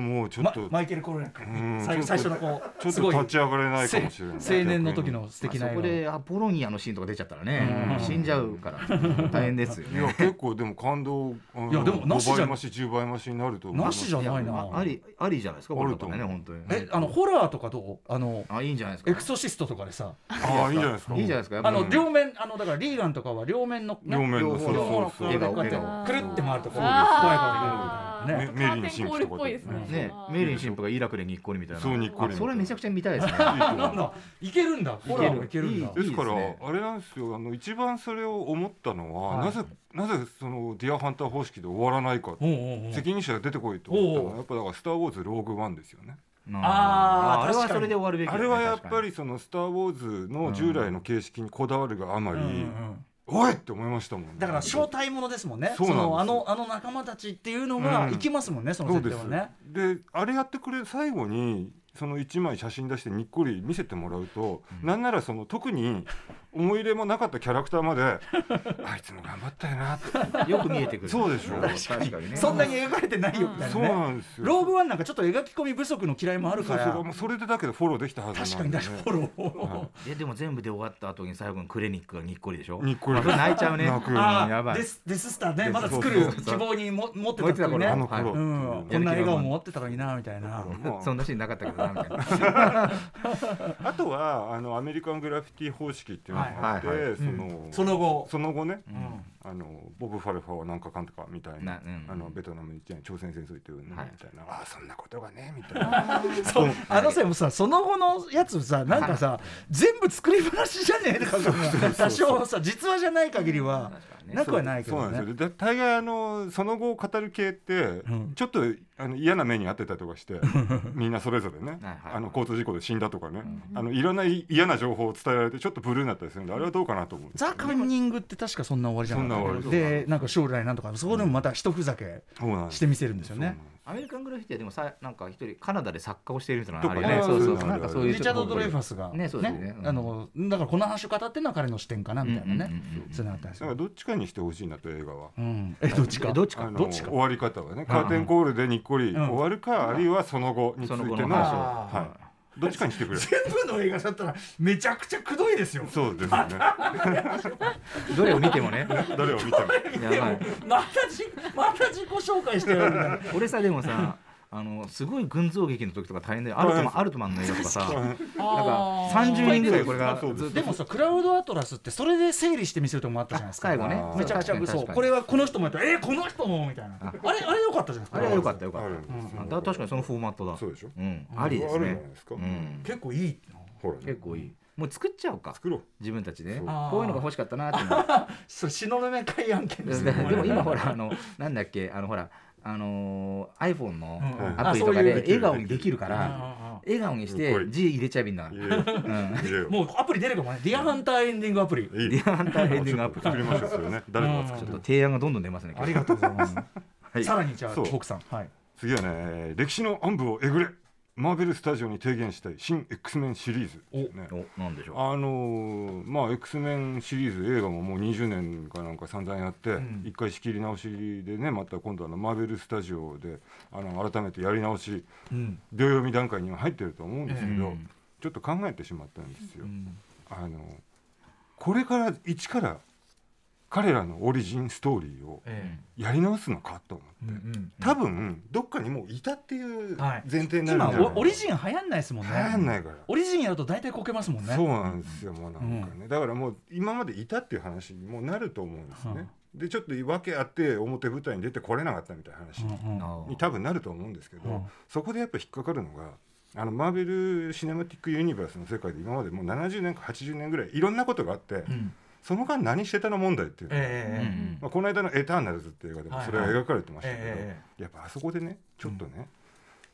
Speaker 4: もうちょ
Speaker 3: ま
Speaker 4: っと、
Speaker 3: マイケル・コロネック
Speaker 4: うん
Speaker 3: 最
Speaker 4: ちょ
Speaker 3: 最
Speaker 4: っ
Speaker 3: 初
Speaker 4: と
Speaker 3: のこう
Speaker 4: ち
Speaker 3: す
Speaker 4: ょっ
Speaker 3: ごい
Speaker 4: と立ち上がれないかもしれない
Speaker 3: せ青年の時の素敵な
Speaker 5: あ
Speaker 3: 映
Speaker 5: そ
Speaker 3: 画
Speaker 5: こでアポロニアのシーンとか出ちゃったらね、
Speaker 3: うん
Speaker 5: 死んじゃうから
Speaker 3: (laughs)
Speaker 5: 大変ですよ
Speaker 4: いや
Speaker 5: ね。
Speaker 4: 結構でも感動あの
Speaker 3: いやでもなしじゃ
Speaker 4: 5倍増し10倍増しになると思い
Speaker 3: な
Speaker 4: ます
Speaker 3: しじゃない
Speaker 5: いや
Speaker 3: な
Speaker 5: あありありじゃないですか。これとか
Speaker 4: ある
Speaker 5: ね
Speaker 4: と思う
Speaker 5: 本当に。
Speaker 3: えあのホラーとかどうあの
Speaker 5: あいいんじゃないですか。
Speaker 3: エクソシストとかでさ
Speaker 4: ああいいじゃないですか
Speaker 5: いいじゃないですか。やっぱ
Speaker 3: あ
Speaker 5: り
Speaker 3: の両面あのだからリーガンとかは両面のね
Speaker 4: 両面のそう
Speaker 3: 両方の
Speaker 4: そうそ
Speaker 3: 顔で
Speaker 4: う
Speaker 3: こうや
Speaker 5: 笑
Speaker 3: っ
Speaker 5: 顔
Speaker 3: てくるって回るとこう怖い
Speaker 6: あーカーテン
Speaker 3: 顔になるみたいなね
Speaker 4: ねメリーの神父とか
Speaker 6: コールっぽいですね。
Speaker 5: ね
Speaker 6: あー
Speaker 5: メイリン神父がイラクでにっこりみたいな。
Speaker 4: そうにっこり
Speaker 5: あそれめちゃくちゃ見た
Speaker 4: (laughs)
Speaker 5: いですね。
Speaker 3: あなんだいけるんだホラーもいけるんだ
Speaker 5: いい
Speaker 4: ですから
Speaker 5: いいですね
Speaker 4: あれなんですよあの一番それを思ったのは、
Speaker 3: はい
Speaker 4: なぜなぜそのディアハンター方式で終わらないか、
Speaker 3: うんうんうん
Speaker 4: 責任者が出てこいと思ったの
Speaker 3: おう
Speaker 4: はやっぱだから「スター・ウォーズ・ローグ・ワン」ですよね。
Speaker 5: な
Speaker 3: あー
Speaker 5: あれ
Speaker 3: 確
Speaker 5: は
Speaker 3: かに
Speaker 5: それで終わるべき
Speaker 4: あ
Speaker 5: だね。
Speaker 4: れはやっぱ
Speaker 5: 確かに
Speaker 4: りその「スター・ウォーズ」の従来の形式にこだわるがあま
Speaker 3: う
Speaker 4: り、
Speaker 3: んうん
Speaker 4: おいって思いましたもんね、
Speaker 3: だから招待ものですもんね
Speaker 4: そうなんですよ
Speaker 3: のあのあの仲間たちっていうのが
Speaker 4: うん
Speaker 3: いきますもんねその
Speaker 4: そう
Speaker 3: 設
Speaker 4: で
Speaker 3: 定
Speaker 4: す
Speaker 3: はね
Speaker 4: であれやってくれる最後にその1枚写真出してにっこり見せてもらうと、なんならその特に思い入れもなかったキャラクター
Speaker 3: (laughs)
Speaker 4: まであいつも頑張ったよなって
Speaker 5: よく見えてくる。
Speaker 4: そうでしょ
Speaker 5: 確かにね。
Speaker 3: そんなに描かれてないよみたいな
Speaker 4: そう
Speaker 3: ね
Speaker 4: なんですよ
Speaker 3: ローグワンなんかちょっと描き込み不足の嫌いもあるから
Speaker 4: そうそうもうそれでだけどフォローできたはずなんで
Speaker 3: 確かにだしフォロー
Speaker 4: はい
Speaker 5: えでも全部で終わった後に最後のクレニックがにっこりでしょ。
Speaker 4: にっこり
Speaker 5: あそれ泣いちゃうね。
Speaker 4: 泣く
Speaker 3: あ
Speaker 5: うんやば
Speaker 3: あ
Speaker 5: い
Speaker 3: デスデススターね
Speaker 5: デス
Speaker 3: まだ作る希望にも持ってたっていうね
Speaker 5: 持
Speaker 4: あ
Speaker 5: っ
Speaker 4: の
Speaker 5: てた
Speaker 4: 頃、
Speaker 5: 頃
Speaker 3: うん
Speaker 5: い
Speaker 3: こんな笑顔も持ってたのになみたいな
Speaker 4: もう
Speaker 5: (laughs) そんなシーンなかったけどなみたいな。
Speaker 4: あとはあのアメリカングラフィティ方式っていうのがあって、
Speaker 5: はいはい
Speaker 4: その、
Speaker 3: その後
Speaker 4: その後ね、
Speaker 5: うん
Speaker 4: あのボブ・ファルファーはなんかかんとかみたいな
Speaker 5: なうん
Speaker 4: あのベトナムに朝鮮戦争行ってるね、
Speaker 5: はい
Speaker 4: みたいなああそんなことがねみたいな
Speaker 3: そうあのさもさその後のやつさなんかさ全部作り話じゃねえとか多少さ実話じゃない限りはなくはないけ
Speaker 4: そう
Speaker 3: ど
Speaker 4: なんですよ
Speaker 3: ね
Speaker 4: でだ大概あのその後を語る系って、
Speaker 3: ん
Speaker 4: ちょっとあの嫌な目に遭ってたりとかしてみんなそれぞれね
Speaker 5: はいはい
Speaker 4: あの交通事故で死んだとかね、あのいろんない嫌な情報を伝えられてちょっとブルーになったりするんであれはどうかなと思うんですよ
Speaker 3: ザ・カンニングって確かそんな終わりじゃな
Speaker 4: そん
Speaker 3: かっ
Speaker 4: な終
Speaker 3: た
Speaker 4: わり
Speaker 3: でなんか将来なんとかそこでもまた一ふざけ
Speaker 4: そうなんで
Speaker 3: し
Speaker 4: す
Speaker 3: てみせるんですよね
Speaker 5: アメリカングラフィティはでもさなんか一人カナダで作家をしているみたいな
Speaker 4: と
Speaker 5: の
Speaker 4: か
Speaker 5: あ
Speaker 4: ね
Speaker 5: るよね。そうそうそう
Speaker 4: あるあ
Speaker 5: なん
Speaker 4: る
Speaker 5: かそういう
Speaker 3: リ
Speaker 5: ち
Speaker 3: チ
Speaker 5: ょ
Speaker 3: ャー
Speaker 5: っと
Speaker 3: ド・ドレイファスが
Speaker 5: ねそうですよねうん
Speaker 3: あのだからこの話を語ってるのは彼の視点かなみたいなね
Speaker 5: うんうんうんうん
Speaker 3: そういうのあったりす
Speaker 4: だか
Speaker 3: る
Speaker 4: らどっちかにしてほしいなと映画は。
Speaker 3: うんえどっちか
Speaker 5: どっち
Speaker 4: あ
Speaker 5: か。
Speaker 4: の
Speaker 3: どっちか
Speaker 4: 終わり方はねカーテンコールでにっこり
Speaker 3: ん
Speaker 4: 終わるか、あるいはその後につい
Speaker 5: そ
Speaker 4: て
Speaker 5: の
Speaker 4: の
Speaker 5: 後の話を。
Speaker 4: は、
Speaker 5: はい
Speaker 4: どっちかにしてくれ
Speaker 3: 全部の映画だったらめちゃくちゃくどいですよ
Speaker 4: そうですね
Speaker 5: いどれを見てもね。
Speaker 4: 誰を見ても
Speaker 5: や
Speaker 4: (laughs)
Speaker 5: ばい。
Speaker 3: またじまた自己紹介してやるんだ
Speaker 5: 俺さでもさ。あのすごい群像劇の時とか大変でアルトマンアルトマンの映画とかさなんか30人ぐらいこれが
Speaker 4: そうです
Speaker 5: ずっと
Speaker 3: (laughs) でもさクラウドアトラスってそれで整理して見せるとこもあったじゃないですか
Speaker 5: 最後ね
Speaker 4: あー
Speaker 3: めちゃくちゃ嘘これはこの人もやったらえーこの人もみたいなあれあれ良かったじゃないですか
Speaker 5: あれは良かった良か
Speaker 4: あ
Speaker 5: っ
Speaker 4: るんです
Speaker 5: たあだ確かにそのフォーマットだ
Speaker 4: そうでしょ
Speaker 5: うんありです
Speaker 4: あるじ
Speaker 5: ね
Speaker 4: ゃないですか
Speaker 5: うん
Speaker 3: 結構いい
Speaker 4: ほらね、
Speaker 5: 結構いいもう作っちゃおうか
Speaker 4: 作ろう
Speaker 5: 自分たちでね
Speaker 4: そう
Speaker 3: あー
Speaker 5: こういうのが欲しかったなって思って
Speaker 3: それ東雲会案件です
Speaker 5: で
Speaker 3: ね
Speaker 5: でも今ほらあのなんだっけあのほらあのー iPhone の
Speaker 3: うんうん
Speaker 5: アプリと
Speaker 3: あそ
Speaker 5: か
Speaker 3: う
Speaker 5: で
Speaker 3: いう
Speaker 5: 笑顔にできるか
Speaker 3: うんうん
Speaker 5: ら
Speaker 3: うん
Speaker 5: 笑顔にし
Speaker 4: うんこれ
Speaker 5: て字入れちゃえばいいんだ
Speaker 4: 入れよう入れよう
Speaker 3: もうアプリ出るかもねディアハンターエンディングアプリ
Speaker 4: いい
Speaker 5: リアハンターエンディングアップ
Speaker 4: 作りま (laughs) しょうそれね誰もが
Speaker 5: ち
Speaker 4: 作っ
Speaker 5: ょっと
Speaker 4: てる
Speaker 5: 提案がどんどん出ますね今
Speaker 3: あ
Speaker 5: 日
Speaker 3: りがとうございます
Speaker 5: はい
Speaker 3: さらにじゃあ
Speaker 4: そう
Speaker 3: 奥さんはい
Speaker 4: 次はね歴史の暗部をえぐれマーベルスタジオに提言したい新 X メンシリーズですね
Speaker 5: おなんでしょう
Speaker 4: あのーまあ X メンシリーズ映画ももう20年かなんか散々やって
Speaker 3: ん
Speaker 4: 一、回仕切り直しでねまた今度あのマーベルスタジオであの改めてやり直し
Speaker 3: うん
Speaker 4: 秒読み段階には入ってると思うんですけど、
Speaker 5: うん
Speaker 4: ちょっと考えてしまったんですよ。あのこれから一から彼らのオリジンストーリーを
Speaker 3: え
Speaker 4: やり直すのかと思って、
Speaker 3: うん
Speaker 4: 多分どっかにもういたっていう
Speaker 3: はい
Speaker 4: 前提になる
Speaker 3: 今
Speaker 4: んじゃない
Speaker 3: オオリジン流行んないですもんね
Speaker 4: 流行んないから。
Speaker 3: オリジンやると大体こけますもんね
Speaker 4: そうなんですよ、もうなんかね、だからもう今までいたっていう話にもうなると思うんです
Speaker 3: は
Speaker 4: ね。でちょっと訳あって表舞台に出てこれなかったみたいな話
Speaker 3: うんうん
Speaker 5: あー
Speaker 4: に多分なると思うんですけど、
Speaker 3: うん
Speaker 4: そこでやっぱ引っかかるのがあのマーベル・シネマティック・ユニバースの世界で今までもう70年か80年ぐらいいろんなことがあって、
Speaker 3: ん
Speaker 4: その間何してたの問題っていう、
Speaker 5: うん
Speaker 3: え
Speaker 5: うん
Speaker 4: まあ、この間の「エターナルズ」っていう映画でもそれが描かれてま
Speaker 3: え
Speaker 4: したけど、
Speaker 3: え
Speaker 4: やっぱあそこでねちょっとね、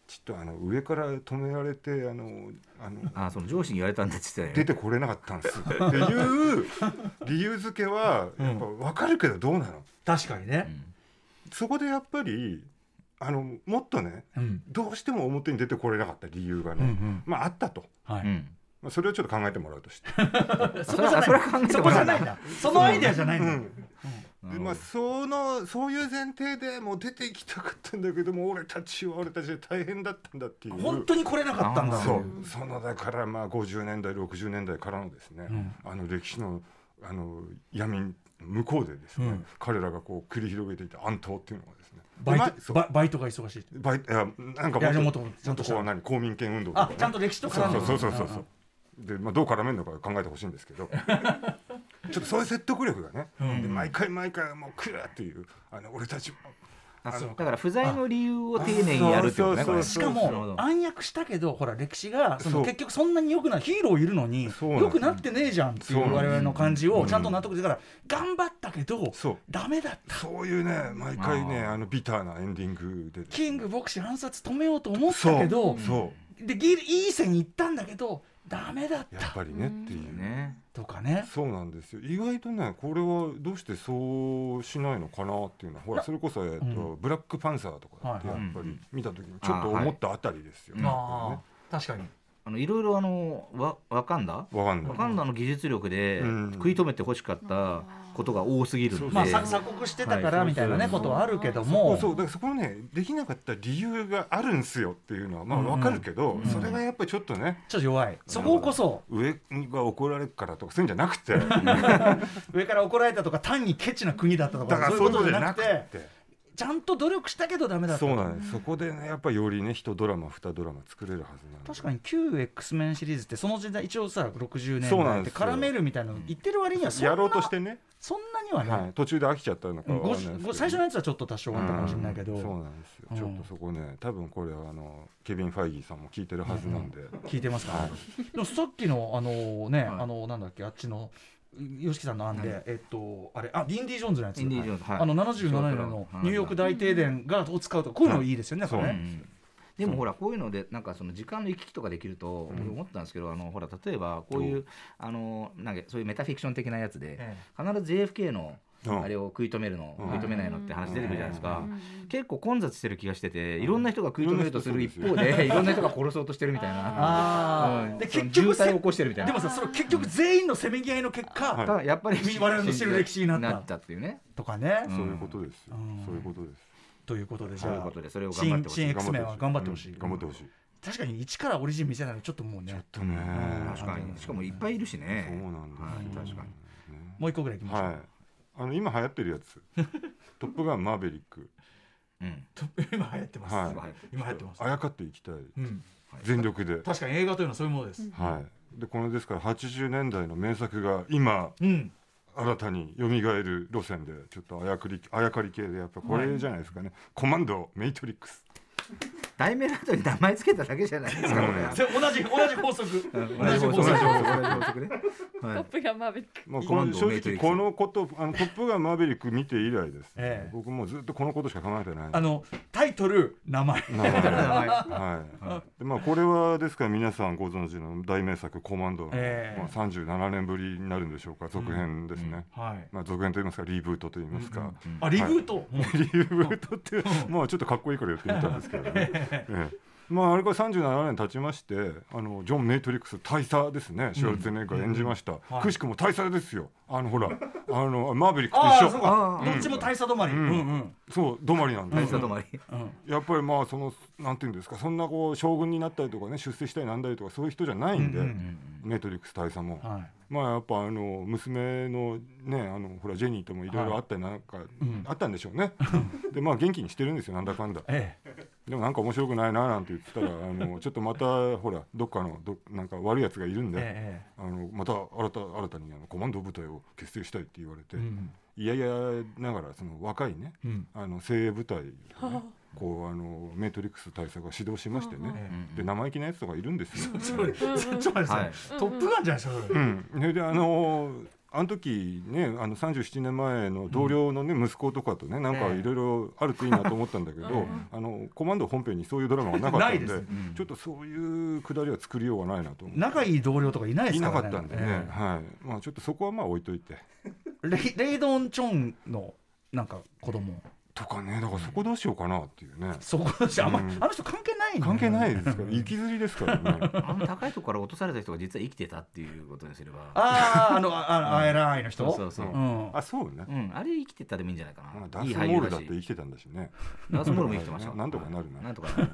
Speaker 4: ちょっとあの上から止められてあのあの
Speaker 5: あその上司に言われたんだって言って
Speaker 4: 出て
Speaker 5: たよね
Speaker 4: これなかったんですっていう (laughs) 理由付けは
Speaker 3: うん
Speaker 4: やっぱ分かるけどどうなの、
Speaker 3: 確かにね、
Speaker 4: そこでやっぱりあのもっとね
Speaker 3: うん
Speaker 4: どうしても表に出てこれなかった理由が
Speaker 3: うん
Speaker 4: ね、まああったと、
Speaker 3: は
Speaker 5: うんう
Speaker 3: い、
Speaker 5: ん
Speaker 4: まあ、それをちょっと考えてもらうとして、
Speaker 3: そこじゃない
Speaker 5: それは考えて
Speaker 3: そ
Speaker 5: も
Speaker 3: こじ
Speaker 5: ら
Speaker 3: ゃ
Speaker 5: うな
Speaker 3: ないんだそのアイデアじゃないん
Speaker 4: う
Speaker 3: だ、
Speaker 4: ん
Speaker 5: な
Speaker 4: で
Speaker 5: るほ
Speaker 4: ま
Speaker 5: ど
Speaker 4: あ、そのそういう前提でもう出ていきたかったんだけども俺たちは俺たちで大変だったんだっていう
Speaker 3: 本当に来れなかったんだ
Speaker 5: あー
Speaker 4: そうそのだからまあ50年代60年代からのですね、
Speaker 3: うん
Speaker 4: あの歴史のあの闇向こうでですね、
Speaker 3: うん
Speaker 4: 彼らがこう繰り広げていた暗闘っていうのがですね
Speaker 3: バイ
Speaker 4: まあ
Speaker 3: ト
Speaker 4: そう
Speaker 3: ババイトが忙しいって
Speaker 4: バイいやなんか
Speaker 3: いやでもも
Speaker 4: もっ
Speaker 3: っ
Speaker 4: と
Speaker 3: と
Speaker 4: ちゃんと
Speaker 3: ちゃんと
Speaker 4: こう何公民権運動とか
Speaker 3: あ
Speaker 4: ね
Speaker 3: ちゃんと歴史と
Speaker 4: そ
Speaker 3: 絡んで
Speaker 4: う
Speaker 3: る
Speaker 4: そうそうそうそうで、まあ、どう絡めるのか考えてほしいんです
Speaker 3: (laughs)
Speaker 4: けどちょっとそういう説得力がね、
Speaker 3: うん
Speaker 4: で毎回毎回もうクラっていうあの俺たちも
Speaker 5: あ
Speaker 4: あの
Speaker 5: だから不在の理由を丁寧にやるってことね
Speaker 4: そう
Speaker 5: これ
Speaker 3: しか
Speaker 5: なるほ
Speaker 3: も
Speaker 5: ど
Speaker 3: 暗躍したけどほら歴史がそ
Speaker 4: そ
Speaker 3: の
Speaker 4: う
Speaker 3: 結局そんなに良くないヒーローいるのに
Speaker 4: そうなんです
Speaker 3: 良くなってねえじゃんってい
Speaker 4: そうなん
Speaker 3: う
Speaker 4: です
Speaker 3: 我々の感じ
Speaker 4: う
Speaker 3: を
Speaker 4: ん
Speaker 3: ちゃんと納得してから頑張ったけど
Speaker 4: そう
Speaker 3: ダメだった
Speaker 4: そういうね毎回ね
Speaker 5: あー
Speaker 4: あのビターなエンディングで
Speaker 3: キング牧師暗殺止めようと思ったけど
Speaker 4: そ
Speaker 3: でギリいい線に行ったんだけどダメだっ
Speaker 4: うやったぱりねっていう
Speaker 5: ね
Speaker 3: とかね
Speaker 4: そうなんですよ意外とねこれはどうしてそうしないのかなっていうのはほらそれこそ、えっと
Speaker 3: う
Speaker 4: ブラックパンサーとかってや
Speaker 3: は
Speaker 4: っ
Speaker 3: い
Speaker 5: はい
Speaker 4: ぱり見た時にちょっと思ったあたりですよ、
Speaker 5: うん
Speaker 4: やっ
Speaker 3: ああ確かに
Speaker 5: あのいろいろあのわわかんだ
Speaker 4: ぱりねわかんない
Speaker 5: わかんだの技術力で
Speaker 4: うん
Speaker 5: 食い止めてほしかったことが多すぎるん
Speaker 4: そ
Speaker 5: で、
Speaker 4: う
Speaker 3: まあ
Speaker 4: さ
Speaker 3: 鎖鎖国してたか
Speaker 5: は
Speaker 3: ら
Speaker 5: い
Speaker 3: みたいなね
Speaker 5: そうそう
Speaker 3: ことはあるけど
Speaker 4: そ
Speaker 3: も
Speaker 4: うそうだからそこのねできなかった理由があるんすよっていうのはまあわかるけど、
Speaker 3: ん
Speaker 4: それがやっぱりちょっとね
Speaker 3: ちょっと弱いそこをこそ
Speaker 4: 上が怒られるからとかそういうんじゃな
Speaker 3: (laughs)
Speaker 4: くて
Speaker 3: 上から怒られたとか単にケチな国だったと
Speaker 4: (laughs) だか
Speaker 3: からそう
Speaker 4: そ
Speaker 3: いうう
Speaker 4: いう
Speaker 3: こ
Speaker 4: こと
Speaker 3: と
Speaker 4: じ
Speaker 3: じゃ
Speaker 4: ゃ
Speaker 3: な
Speaker 4: なく
Speaker 3: く
Speaker 4: て
Speaker 3: て。ちゃんと努力したけどダメだった
Speaker 4: そうなんですそこでねやっぱよりね一ドラマ二ドラマ作れるはずなんで
Speaker 3: 確かに旧 X メンシリーズってその時代一応さ60年
Speaker 4: そうな
Speaker 3: 代
Speaker 4: ん
Speaker 3: で
Speaker 4: ですよ
Speaker 3: 絡めるみたいなの言ってる割にはそんな
Speaker 4: やろうとしてね、
Speaker 3: そんなには
Speaker 4: は
Speaker 3: ね、
Speaker 4: い、途中で飽きちゃったのか
Speaker 3: うん
Speaker 4: わ
Speaker 3: ご
Speaker 4: かんないですけど
Speaker 3: ご最初のやつはちょっと多少あったかもしれないけど、
Speaker 4: うんそうなんですよ、
Speaker 3: うん
Speaker 4: ちょっとそこね多分これはあのケビン・ファイギーさんも聞いてるはずなんで、
Speaker 3: 聞いてますか、
Speaker 4: は
Speaker 3: でもさっきのあのね、
Speaker 5: はい
Speaker 3: あのなんだっけあっちの y o s さんの案で、えっとあれあインディ・ジョーンズのやつ
Speaker 5: インディ・ジョーンズ、はい
Speaker 3: あの77年のニューヨーク大停電がを使うとかこういうのいいですよね、
Speaker 4: はい
Speaker 3: これ
Speaker 5: う
Speaker 3: ね
Speaker 5: んでもほらこういうのでなんかその時間の行き来とかできると僕思ったんですけど、あのほら例えばこういう、あのなんかそういうメタフィクション的なやつで、
Speaker 3: え
Speaker 5: 必ず JFK の
Speaker 4: うん
Speaker 5: あれを食い止めるの、
Speaker 4: うん
Speaker 5: 食い止めないのって話出てくるじゃないですか、
Speaker 6: うん
Speaker 5: 結構混雑してる気がしてていろんな人が食い止めるとする一方 (laughs) でいろんな人が殺そうとしてるみたいな、
Speaker 3: ああ、
Speaker 5: うん
Speaker 3: で
Speaker 5: その
Speaker 3: 結局
Speaker 5: 渋滞を
Speaker 3: せ
Speaker 5: 起こしてるみたい
Speaker 3: で
Speaker 5: な
Speaker 3: もさそれ結局全員のせめぎ合いの結果、
Speaker 4: はい
Speaker 5: ただやっぱり
Speaker 3: 我々の知る歴史になった
Speaker 5: なっちゃっていうね
Speaker 3: とかね、
Speaker 5: ん
Speaker 4: そういうことですよ、
Speaker 3: うん
Speaker 4: そういうことです
Speaker 3: ということでじ
Speaker 5: そういう
Speaker 3: ゃあ
Speaker 5: ことでそれを頑張っ
Speaker 3: 新
Speaker 5: てほし
Speaker 3: 新
Speaker 5: い
Speaker 3: X メンは頑張ってほしい、
Speaker 4: うん頑張ってほしい、
Speaker 3: 確かに一からオリジン見せないのちょっともうね
Speaker 4: とね
Speaker 5: 確かにしかもいっぱいいるしね
Speaker 4: そうなんだ、
Speaker 5: はい確かに
Speaker 3: もう一個ぐらいいきましょう、
Speaker 4: はいあの今流行ってるや
Speaker 5: (laughs)
Speaker 4: つ「トップガンマーベリック
Speaker 5: うん
Speaker 3: トッ (laughs) プ今流行ってます、
Speaker 4: はい
Speaker 3: 今流行ってま」す、
Speaker 4: あやかっていきたい
Speaker 3: うん、
Speaker 4: 全力で
Speaker 3: 確かに映画というのはそういうものです、
Speaker 4: はいでこのですから80年代の名作が今
Speaker 3: うん、
Speaker 4: 新たに蘇る路線でちょっとあやくりあやかり系でやっぱこれじゃないですかね、コマンドメイトリックス
Speaker 5: 題名の後に名前つけただけじゃないですかこれ
Speaker 3: それ同じ同じ法則
Speaker 5: 同じ法則同じ法則ね。
Speaker 6: ト
Speaker 5: は
Speaker 6: ッ
Speaker 5: い。
Speaker 6: プがマーベリック。
Speaker 4: まあ、
Speaker 5: コ
Speaker 4: こ
Speaker 5: マン
Speaker 4: の
Speaker 5: ド
Speaker 4: 正
Speaker 5: メイト
Speaker 4: 直
Speaker 5: リックス
Speaker 4: このこと「あのトップガンマーヴェリック」見て以来です、ね
Speaker 3: ええ
Speaker 4: 僕もうずっとこのことしか考えてない
Speaker 3: あのタイトル名前
Speaker 4: 名前
Speaker 5: は
Speaker 4: はいでまあ、これはですから皆さんご存知の大名作「コマンドの」
Speaker 3: ええ
Speaker 4: まあ、37年ぶりになるんでしょうか続編ですね、
Speaker 5: うん
Speaker 3: はい
Speaker 4: まあ、続編といいますかリブートといいますか、
Speaker 3: あリブート、うん
Speaker 4: リブートっていう、まあちょっとかっこいいからやってみたんですけどね。え (laughs) えまああれから37年経ちましてあのジョン・メイトリックス大佐ですねシュワルツェネッガー演じました、
Speaker 3: はい
Speaker 4: くしくも大佐ですよあのほらあのマーヴェリック
Speaker 3: あ
Speaker 4: と
Speaker 3: あ
Speaker 4: 一
Speaker 3: そう
Speaker 4: 緒
Speaker 3: か
Speaker 5: あー
Speaker 3: どっちも大佐止まり、
Speaker 4: う
Speaker 3: うんん、うん
Speaker 4: そう止まりなんで
Speaker 5: 大佐止まり。
Speaker 3: うん
Speaker 4: やっぱりまあそのなんていうんですかそんなこう将軍になったりとかね出世したりなんだりとかそういう人じゃないんで、
Speaker 3: うんう
Speaker 4: メイトリックス大佐も、
Speaker 3: はい
Speaker 4: まあやっぱあの娘のねあのほらジェニーともいろいろあったりなんか、
Speaker 3: うん
Speaker 4: あったんでしょうねでまあ元気にしてるんですよなんだかんだ
Speaker 3: ええ
Speaker 4: でもなんか面白くないななんて言ってたらあのちょっとまたほらどっかのどなんか悪いやつがいるんで、
Speaker 3: え
Speaker 4: あのまた新た新たにあのコマンド部隊を結成したいって言われて、
Speaker 3: えうん
Speaker 4: いやいやながらその若いね
Speaker 3: うん
Speaker 4: あの精鋭部隊をね、こうあのメイトリックス大佐が指導しましてね、
Speaker 3: え
Speaker 4: で生意気なやつとかいるんですよ。
Speaker 3: (laughs) えそれちょっと待ってください
Speaker 5: はい
Speaker 3: トップガンじゃないですかそれ
Speaker 4: うん、それであのあの時ねあの37年前の同僚の、ね息子とかとねなんか
Speaker 3: ええ
Speaker 4: いろいろあるといいなと思ったんだけど、
Speaker 3: うん
Speaker 4: あのコマンド本編にそういうドラマがなかった
Speaker 3: ない
Speaker 4: ん
Speaker 3: で
Speaker 4: ですちょっとそういうくだりは作りようがないなと思って
Speaker 3: 仲いい同僚とかいないで
Speaker 4: い
Speaker 3: す
Speaker 4: な
Speaker 3: か
Speaker 4: からったんでね、
Speaker 3: え
Speaker 4: はいまあ、ちょっとそこはまあ置いといて。
Speaker 3: えレイレイドン・チョンのなんか子供
Speaker 4: とかねだからそこどうしようかなっていうね
Speaker 3: そこだしあんま、
Speaker 4: うん
Speaker 3: あの人関係ないんだよ
Speaker 4: 関
Speaker 3: ね
Speaker 4: 係ないですから行きずりですからね。
Speaker 5: あの高いところから落とされた人が実は生きてたっていうことにすれば
Speaker 3: あああのあああ偉いの人
Speaker 5: そうそうそう、
Speaker 4: う
Speaker 3: うん
Speaker 4: あそうね、
Speaker 5: うん、あれ生きてたでもいいんじゃないか
Speaker 4: まあ
Speaker 5: な。
Speaker 4: ダー
Speaker 5: いい
Speaker 4: ス
Speaker 5: 俳
Speaker 4: モー
Speaker 5: 優
Speaker 4: ルだ
Speaker 5: だ
Speaker 4: って
Speaker 5: し。
Speaker 4: 生きてたんだしね
Speaker 5: ダースモールも生きてました。
Speaker 4: なんとかなるな
Speaker 5: なんとかな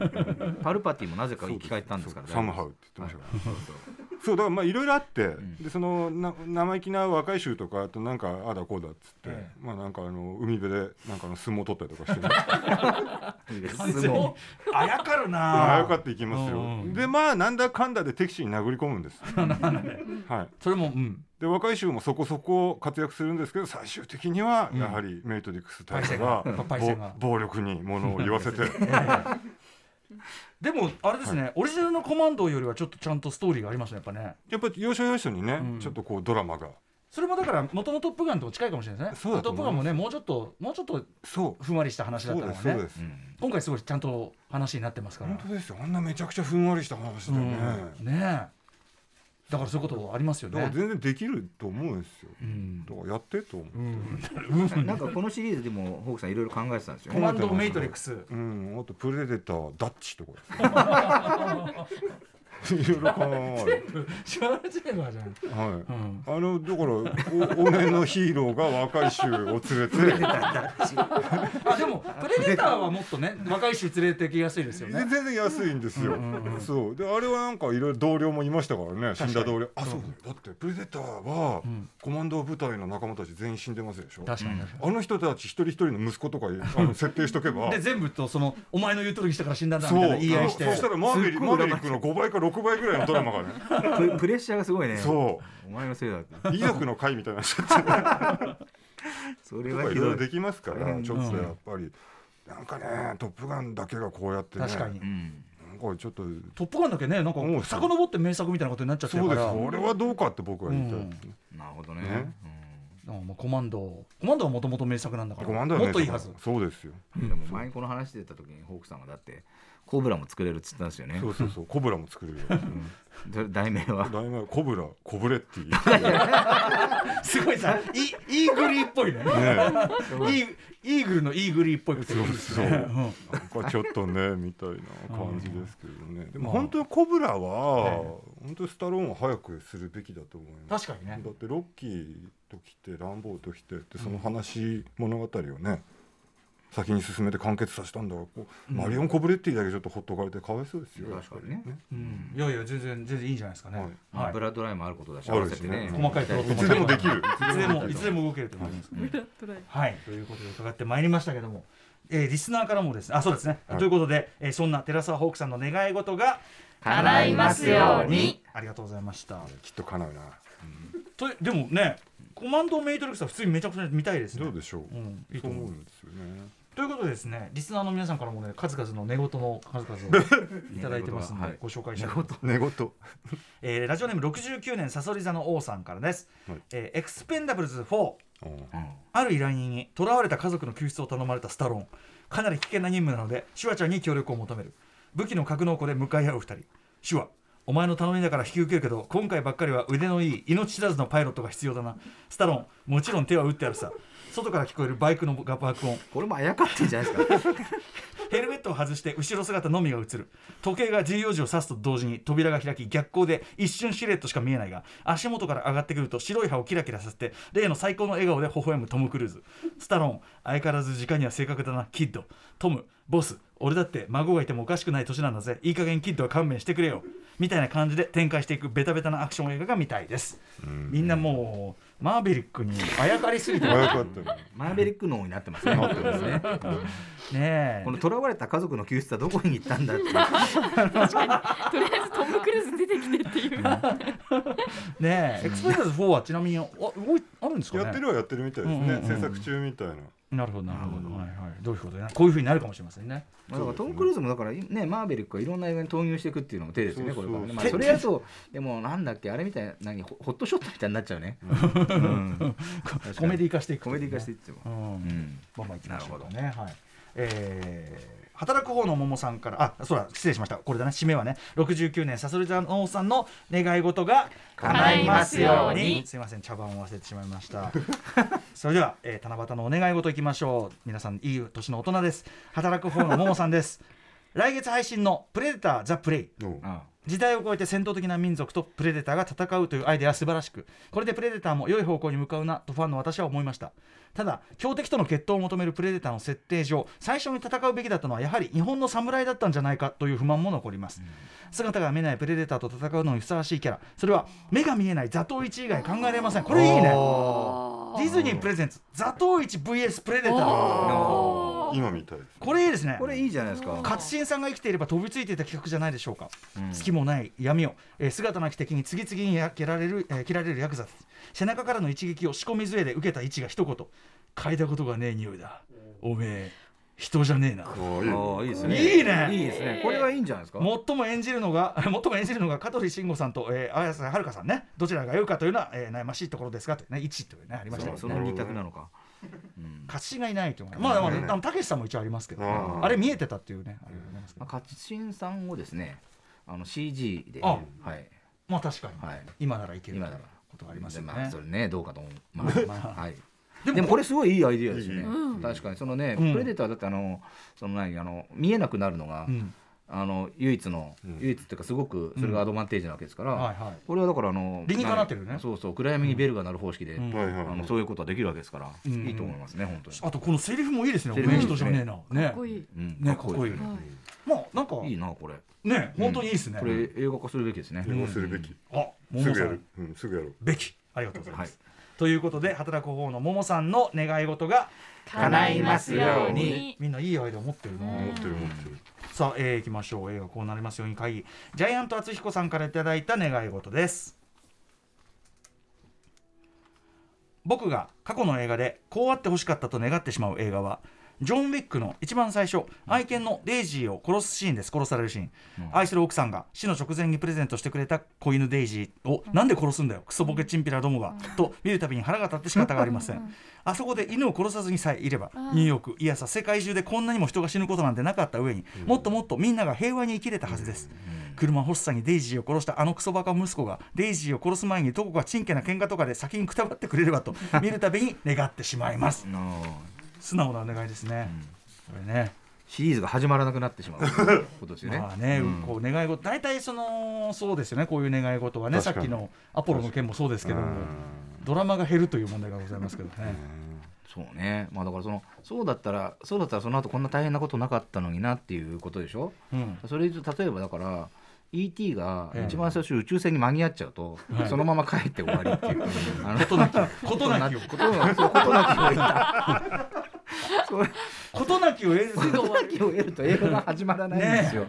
Speaker 5: る。パルパティもなぜか生き返ったんですから。
Speaker 4: そうサムハウって言ってましたから、
Speaker 5: そうそう
Speaker 4: そうだからまあいろいろあって、
Speaker 5: ん
Speaker 4: でそのな生意気な若い衆とかあとなんかああだこうだっつって、
Speaker 3: ええ
Speaker 4: まあなんかあの海辺でなんかあの相撲取ったりとかしてね
Speaker 5: いいです
Speaker 3: 完全
Speaker 5: 相
Speaker 3: に
Speaker 5: 撲
Speaker 3: (laughs) あやかる
Speaker 4: あ
Speaker 3: な
Speaker 4: あよかっていきますよ、
Speaker 3: うんうん
Speaker 4: でまあなんだかんだで敵地に殴り込むんですはい
Speaker 3: (laughs) それもうん
Speaker 4: で若い衆もそこそこ活躍するんですけど最終的にはやはりメイトディックス大佐が,、
Speaker 3: うんパイセンが
Speaker 4: ぼ暴力にものを言わ
Speaker 3: (laughs)
Speaker 4: せて
Speaker 3: でもあれですね、オリジナルのコマンドよりはちょっとちゃんとストーリーがありますねやっぱね
Speaker 4: (laughs) やっぱり要所要所にね、
Speaker 3: うん
Speaker 4: ちょっとこうドラマが
Speaker 3: それもだから元の「トップガン」とも近いかもしれないです
Speaker 4: そ
Speaker 3: ね
Speaker 4: うだと
Speaker 3: トップガンも
Speaker 4: 思います
Speaker 3: ねもうちょっともうちょっと
Speaker 4: そ
Speaker 3: ふんわりした
Speaker 4: う
Speaker 3: 話だ
Speaker 4: そ
Speaker 3: っ
Speaker 4: う
Speaker 3: たの
Speaker 4: です
Speaker 3: が
Speaker 4: そう
Speaker 3: ね
Speaker 4: です、
Speaker 5: うん
Speaker 3: 今回すごいちゃんと話になってますから
Speaker 4: 本当ですよあんなめちゃくちゃふんわりした話だよね、
Speaker 3: うんねえだからそういうことありますよ
Speaker 4: だから
Speaker 3: ね
Speaker 4: 全然できると思うんですよ
Speaker 3: うん
Speaker 4: だからやってと思う
Speaker 5: なんかこのシリーズでもホークさんいろいろ考えてたんです
Speaker 3: (laughs)
Speaker 5: よ
Speaker 3: コ。マンド・メイトリックス
Speaker 4: うん、あとプレデターダッチとかですねいろいろ考え
Speaker 3: シュワルツェネガーじゃん、
Speaker 4: るはい
Speaker 3: うん、
Speaker 4: あのだからお俺のヒーローが若い衆を連れて
Speaker 3: あでもプレデターはもっとね若いし連れてきやすいですよね
Speaker 4: 全然安いんですよ、そうであれはなんかいろいろ同僚もいましたからね死んだ同僚あそうだよだってプレデターは
Speaker 3: ん
Speaker 4: コマンド部隊の仲間たち全員死んでますでしょ
Speaker 3: 確かに、
Speaker 4: あの人たち一人一人の息子とかあの設定しとけば
Speaker 3: で全部とそのお前の言う通りしたから死んだんだ
Speaker 4: そ
Speaker 3: みた
Speaker 4: う
Speaker 3: いな言い合いして
Speaker 4: そしたらマーヴェリ
Speaker 5: す
Speaker 4: ッ
Speaker 5: っ
Speaker 4: ク
Speaker 5: ご
Speaker 4: マ
Speaker 5: い
Speaker 4: ーヴェリックの5倍か
Speaker 5: 恨まれて
Speaker 4: 6倍ぐらいのドラマがね
Speaker 5: ププレッシャーがすごいね。
Speaker 4: そう
Speaker 5: お前のせいだって。
Speaker 4: 遺族の会みたいな人たちが
Speaker 5: それ
Speaker 4: いろ
Speaker 5: はいひど
Speaker 4: ろ
Speaker 5: い。
Speaker 4: できますか
Speaker 3: う
Speaker 4: ら
Speaker 3: ん
Speaker 4: ちょっとやっぱりなんかね「トップガン」だけがこうやってね
Speaker 3: 確かに
Speaker 5: う、ん。
Speaker 4: なんかちょっと
Speaker 3: トップガンだけねなんか
Speaker 4: うん
Speaker 3: 遡って名作みたいなことになっちゃって
Speaker 4: そ
Speaker 3: る
Speaker 4: う
Speaker 3: か
Speaker 4: です
Speaker 3: ら
Speaker 4: これはどうかって僕は言いたいですね
Speaker 5: なるほどね。
Speaker 4: ね
Speaker 3: うんまあコマンドコマンドはもともと名作なんだから
Speaker 4: コマンドは
Speaker 3: もっ
Speaker 4: ね
Speaker 3: といいはず
Speaker 4: そうですよ
Speaker 5: うんでも前にこの話出た時にホークさんはだってコブラも作れるっつったんですよね
Speaker 4: そ。うそうそうコブラ
Speaker 3: (laughs)
Speaker 4: も作れるよ
Speaker 5: だ題名は。
Speaker 4: 題名はコブラコブレッティ
Speaker 3: (laughs)
Speaker 4: ね
Speaker 3: すごいさイイーグリーっぽいね
Speaker 4: え
Speaker 3: イーイーグルのイーグリーっぽいこと
Speaker 4: そう
Speaker 3: (laughs)
Speaker 4: そう
Speaker 3: うん
Speaker 4: なんかちょっとねみたいな感じですけどねでも本当にコブラは本当にスタローンは早くするべきだと思います
Speaker 3: 確かにね
Speaker 4: だってロッキーと来てランボーと来てってその話物語をね先に進めて完結させたんだからこうマリオン・コブレッティだけちょっとほっとかれてかわいそうですよ
Speaker 5: 確かにね
Speaker 4: やっ
Speaker 3: うんいやいや全然全然いいんじゃないですかね
Speaker 5: まあ
Speaker 3: はい
Speaker 5: ブラッドラインもあることだし、
Speaker 4: あ
Speaker 5: 合
Speaker 4: る
Speaker 5: わ
Speaker 4: し
Speaker 5: せて
Speaker 4: ね
Speaker 5: ね。
Speaker 3: 細かいプロット
Speaker 4: ぱりねいつでもできる
Speaker 3: いつでもいつでも動けると思います
Speaker 6: ブラッドライン
Speaker 3: はい、ということで伺ってまいりましたけども、えーリスナーからもですね、あ、そうですね。ということで、えーそんな寺澤ホークさんの願い事が
Speaker 2: 叶いますように。
Speaker 3: ありがとうございました。
Speaker 4: きっと叶うな
Speaker 3: とでもね、コマンドメイトリックスは普通にめちゃくちゃ見たいですね。
Speaker 4: どうでしょう
Speaker 3: うん、いい
Speaker 4: そ
Speaker 3: と
Speaker 4: う思
Speaker 3: 思う
Speaker 4: うんですよね
Speaker 3: ということでですね、リスナーの皆さんからもね、数々の寝言の数々をいただいてますので、
Speaker 5: はい
Speaker 3: ご紹介したいと思います
Speaker 4: 寝言
Speaker 3: えーラジオネーム69年さそり座の王さんからです。
Speaker 4: はい
Speaker 3: えーエクスペンダブルズ4
Speaker 4: うん
Speaker 3: ある依頼人に囚われた家族の救出を頼まれたスタローンかなり危険な任務なのでシュワちゃんに協力を求める武器の格納庫で向かい合う2人シュワお前の頼みだから引き受けるけど今回ばっかりは腕のいい命知らずのパイロットが必要だなスタローンもちろん手は打ってあるさ外から聞こえるバイクのが爆音
Speaker 5: これもあやかってんじゃないですか。
Speaker 3: ヘルメットを外して後ろ姿のみが映る時計が14時を指すと同時に扉が開き逆光で一瞬シルエットしか見えないが足元から上がってくると白い歯をキラキラさせて例の最高の笑顔で微笑むトム・クルーズスタローン相変わらず時間には正確だなキッドトムボス俺だって孫がいてもおかしくない年なんだぜいい加減キッドは勘弁してくれよみたいな感じで展開していくベタベタなアクション映画が見たいですみんなもうマーベリックにあやかりすぎて
Speaker 4: 早
Speaker 3: ね
Speaker 4: かった
Speaker 3: (laughs)
Speaker 4: よ
Speaker 5: マーベリック脳になってますね。
Speaker 4: なってますね
Speaker 3: え
Speaker 5: この囚われた家族の救出はどこに行ったんだっていう。
Speaker 6: とりあえずトム・クルーズ出てきてっていう
Speaker 3: ねえエクスペンダーズ4はちなみにあ動いあるんですかね
Speaker 4: やってるはやってるみたいです
Speaker 3: うんうんうん
Speaker 4: ね。制作中みたいな。
Speaker 3: なるほどなるほ
Speaker 5: なる
Speaker 3: ど、
Speaker 5: ほど
Speaker 3: はいはい、どういうことねこういうふうになるかもしれませんね
Speaker 5: まあだからトム・クルーズもだからねマーベリックはいろんな映画に投入していくっていうのも手ですよね
Speaker 4: そう
Speaker 5: こ
Speaker 4: そ
Speaker 5: れ
Speaker 4: う
Speaker 5: から
Speaker 3: (laughs)
Speaker 5: ね、まあ、
Speaker 4: 手
Speaker 5: それやるとでもなんだっけあれみたいな何ホホットショットみたいになっちゃうね、うん (laughs) かに
Speaker 3: コメディ化していく
Speaker 5: コメディ化して
Speaker 3: い
Speaker 5: いっても
Speaker 3: く、うん
Speaker 5: うん
Speaker 3: まあまあ行きましょうかねはいえー働く方の桃さんからあそうだ失礼しましたこれだね締めはね69年サソリ座の王さんの願い事が
Speaker 5: 叶いますように
Speaker 3: すいません茶番を忘れてしまいました (laughs) それでは、えー、七夕のお願い事いきましょう皆さんいい年の大人です働く方の桃さんです来月配信の「プレデター・ザ・プレイ」
Speaker 4: お
Speaker 5: あ
Speaker 3: 時代を超えて戦闘的な民族とプレデターが戦うというアイデアは素晴らしくこれでプレデターも良い方向に向かうなとファンの私は思いましたただ強敵との決闘を求めるプレデターの設定上最初に戦うべきだったのはやはり日本の侍だったんじゃないかという不満も残ります、姿が見えないプレデターと戦うのにふさわしいキャラそれは目が見えない座頭市以外考えられませんこれいいねディズニープレゼンツ座頭市 VS プレデター
Speaker 4: 今みたいです。
Speaker 3: これいいですね
Speaker 5: あこれいいじゃないですか
Speaker 3: 勝新さんが生きていれば飛びついていた企画じゃないでしょうか、
Speaker 5: うん
Speaker 3: 隙もない闇を、えー姿なき敵に次々にや蹴られる、えー切られるヤクザたち背中からの一撃を仕込み杖で受けた位置が一言嗅いだことがねえ匂いだおめえ人じゃねえな
Speaker 4: お
Speaker 5: あ
Speaker 4: ーいい
Speaker 5: ーいいです
Speaker 3: いいね
Speaker 5: いいですねこれはいいんじゃないですか
Speaker 3: 最も演じるのが (laughs) 最も演じるのが香取慎吾さんと、えー、綾瀬はるかさんねどちらが良いかというのは、えー悩ましいところですがというね位置というねありました
Speaker 5: そ
Speaker 3: よ
Speaker 5: う
Speaker 3: ね
Speaker 5: その二択なのか、うん
Speaker 3: 勝新がいないというのがまあまあ
Speaker 4: ね
Speaker 3: あのたけしさんも一応ありますけど、ね、
Speaker 4: あー
Speaker 3: あれ見えてたっていうねあれがありますけ
Speaker 5: ま
Speaker 3: ど
Speaker 5: あ、勝新さんをですねあの CG で
Speaker 3: あ
Speaker 5: はい
Speaker 3: まあ確かに、
Speaker 5: はい
Speaker 3: 今ならいける
Speaker 5: 今なら
Speaker 3: ことがありますよね、
Speaker 5: まあそれねどうかと思う、まあ
Speaker 3: まあ
Speaker 5: はい、
Speaker 3: で
Speaker 5: で
Speaker 3: も
Speaker 5: もこれすごいいいアイディアですよね、
Speaker 6: うん
Speaker 5: 確かにそのね、
Speaker 3: うん
Speaker 5: プレデターだってあのその何あの見えなくなるのが、
Speaker 3: うん
Speaker 5: あの唯一の、
Speaker 4: うん
Speaker 5: 唯一っていうかすごくそれがアドバンテージなわけですから、
Speaker 3: はいはい
Speaker 5: これはだからあの
Speaker 3: 理にかなってるね
Speaker 5: 何そうそう暗闇にベルが鳴る方式で、
Speaker 3: うん
Speaker 4: はいはい
Speaker 5: あ
Speaker 4: は
Speaker 5: の
Speaker 4: い。
Speaker 5: そういうことはできるわけですから、
Speaker 3: うん
Speaker 5: いいと思いますね本当に、
Speaker 3: あとこのセリフもいいですね。お
Speaker 5: セリフ
Speaker 3: めえ人じゃねえな。ね。
Speaker 6: っこいい。
Speaker 5: うん
Speaker 3: ねかっこいい
Speaker 5: か
Speaker 6: は
Speaker 5: っ
Speaker 3: もうなんか
Speaker 5: こいいいいなこれ
Speaker 3: ね本当にいいですね。
Speaker 5: これ映画化するべきですね、
Speaker 4: 英語するべき。
Speaker 3: あも
Speaker 4: す
Speaker 3: も
Speaker 4: ぐ
Speaker 3: さ
Speaker 4: やる
Speaker 3: ん。
Speaker 4: うん、すぐやろう。
Speaker 3: べきありがとうございま
Speaker 5: はい
Speaker 3: す。ということで働く方のももさんの願い事が
Speaker 5: 叶いますよう
Speaker 6: に
Speaker 3: みんないいアイデア持ってるな。
Speaker 4: 持ってる持ってる。
Speaker 3: さあ、えー、いきましょう映画こうなりますように会議ジャイアント厚彦さんからいただいた願い事です僕が過去の映画でこうあってほしかったと願ってしまう映画はジョン・ウィックの一番最初愛犬のデイジーを殺すシーンです殺されるシーン、
Speaker 5: うん
Speaker 3: 愛する奥さんが死の直前にプレゼントしてくれた子犬デイジーを、なんで殺すんだよクソボケチンピラどもが、と見るたびに腹が立って仕方がありません、あそこで犬を殺さずにさえいれば
Speaker 6: あー
Speaker 3: ニューヨークいやさ世界中でこんなにも人が死ぬことなんてなかった上にもっともっとみんなが平和に生きれたはずです、車欲しさにデイジーを殺したあのクソバカ息子がデイジーを殺す前にどこかちんけな喧嘩とかで先にくたばってくれれば
Speaker 5: (laughs)
Speaker 3: と見るたびに願ってしまいます
Speaker 5: あの
Speaker 3: 素直なお願いですね、これね
Speaker 5: シリーズが始まらなくなってしまうことですよね,、
Speaker 3: まあね、
Speaker 5: うん
Speaker 3: こう願い事大体そのそうですよねこういう願い事はねさっ
Speaker 4: 確か
Speaker 3: き
Speaker 4: に
Speaker 3: のアポロの件もそうですけども
Speaker 4: うん
Speaker 3: ドラマが減るという問題がございますけどね、
Speaker 5: そうねまあだからそのそうだったらそうだったらその後こんな大変なことなかったのになっていうことでしょ
Speaker 3: うん、
Speaker 5: それで例えばだから ET が
Speaker 3: ええ
Speaker 5: 一番最初宇宙船に間に合っちゃうと、
Speaker 3: はい
Speaker 5: そのまま帰って終わりっ
Speaker 3: (laughs)
Speaker 5: ていうあの
Speaker 3: ことなきをことなきを
Speaker 5: ことなきをことなきを得
Speaker 3: (laughs)
Speaker 5: たそう
Speaker 3: ことなきを得る
Speaker 5: ことなきを得ると映画が始まらないんですよ、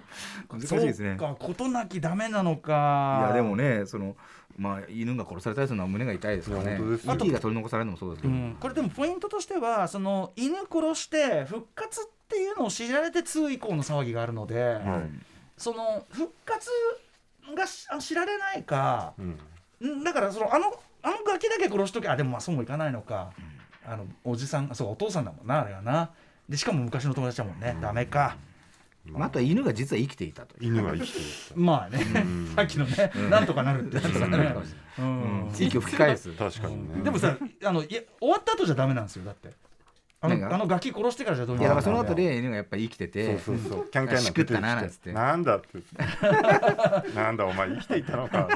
Speaker 5: 難しいですね
Speaker 3: そうか、事なきダメなのか。
Speaker 5: いやでもねそのまあ犬が殺されたりするのは胸が痛いですから
Speaker 4: いや
Speaker 5: ね
Speaker 4: 本当ですよ
Speaker 5: ET が取り残されるのもそうですけ
Speaker 3: う
Speaker 5: ど、
Speaker 3: ん、これでもポイントとしては、その犬殺して復活っていうのを知られて2以降の騒ぎがあるので、
Speaker 4: はい。
Speaker 3: その復活がしあ知られないか、
Speaker 4: うん。
Speaker 3: んだからそのあのあのガキだけ殺しとけ、あでもまあそうもいかないのか。あのおじさん、そうお父さんだもんなあれはな。でしかも昔の友達だもんね、ダメか。
Speaker 5: まあ、あとは犬が実は生きていたという
Speaker 4: 犬は生きてい
Speaker 3: まあね、
Speaker 4: ん
Speaker 3: (laughs) さっきのね、なんとかなるってやつ
Speaker 5: と
Speaker 3: だね
Speaker 5: か (laughs) なるかもしれ
Speaker 3: う
Speaker 5: ない、うんん、息を吹き返す
Speaker 4: た。確かにね。
Speaker 3: でもさ、あのいや終わった後じゃダメなんですよだって。あ
Speaker 5: 何
Speaker 3: の
Speaker 5: が
Speaker 3: あのガキ殺してからじゃどう
Speaker 5: い
Speaker 3: に
Speaker 5: やだ
Speaker 3: も
Speaker 5: か
Speaker 3: な
Speaker 5: らそ
Speaker 3: ら
Speaker 5: の
Speaker 3: ない
Speaker 5: 後で犬がやっぱり生きて
Speaker 4: そ
Speaker 5: て
Speaker 4: うそうそう。キャンキャンなんて出てき
Speaker 5: しくったななんつって
Speaker 4: なんだって言って。なんだお前生きていたのか。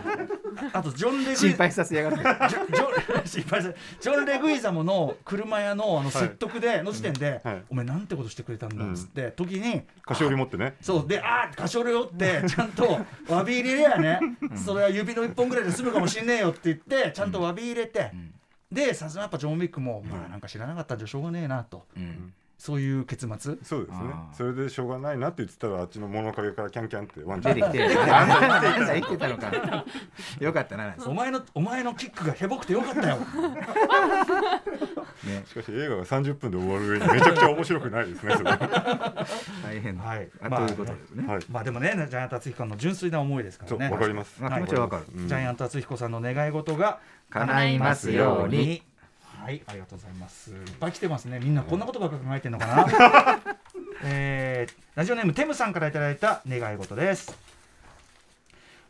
Speaker 3: あとジョン・レグイ
Speaker 5: 心
Speaker 3: (laughs)
Speaker 5: 配させやがって
Speaker 3: ジョジョン心配するジョン・レグイザムの車屋のあの説得で、の時点で、
Speaker 4: うんはい
Speaker 3: お前なんてことしてくれたんだっつって、時に
Speaker 4: 菓子折り持ってね。
Speaker 3: そうでああ菓子折りをってちゃんと詫び入れりゃね、それは指の一本ぐらいで済むかもしんねえよって言ってちゃんと詫び入れて、でさすがやっぱジョン・ウィックも、まあなんか知らなかったんじゃしょうがねえなと。
Speaker 5: うん
Speaker 3: そういう結末
Speaker 4: そうですね
Speaker 5: あー
Speaker 4: それでしょうがないなって言ってたらあっちの物陰からキャンキャンってワンちゃ
Speaker 5: 出
Speaker 4: ん
Speaker 5: てきて、あんた生きてたのか。よかったな。なんか
Speaker 3: お前のお前のキックがへぼくてよかった
Speaker 4: (laughs)
Speaker 3: よ
Speaker 5: ね、
Speaker 4: しかし映画が30分で終わる上にめちゃくちゃ面白くないですねそれは
Speaker 5: 大変。
Speaker 3: はい
Speaker 5: あ
Speaker 3: まあ
Speaker 5: ということですね。
Speaker 4: い
Speaker 3: まあでもねジャイアント厚彦の純粋な思いですか
Speaker 4: そう
Speaker 3: らね
Speaker 4: わかります
Speaker 5: まあ気持ちはわかる
Speaker 4: うん
Speaker 3: ジャイアント厚彦さんの願い事が
Speaker 5: 叶いますように。
Speaker 3: はい、ありがとうございます。いっぱい来てますね。みんなこんなことばっか考えてんのかな。 (laughs) えーラジオネームテムさんからいただいた願い事です。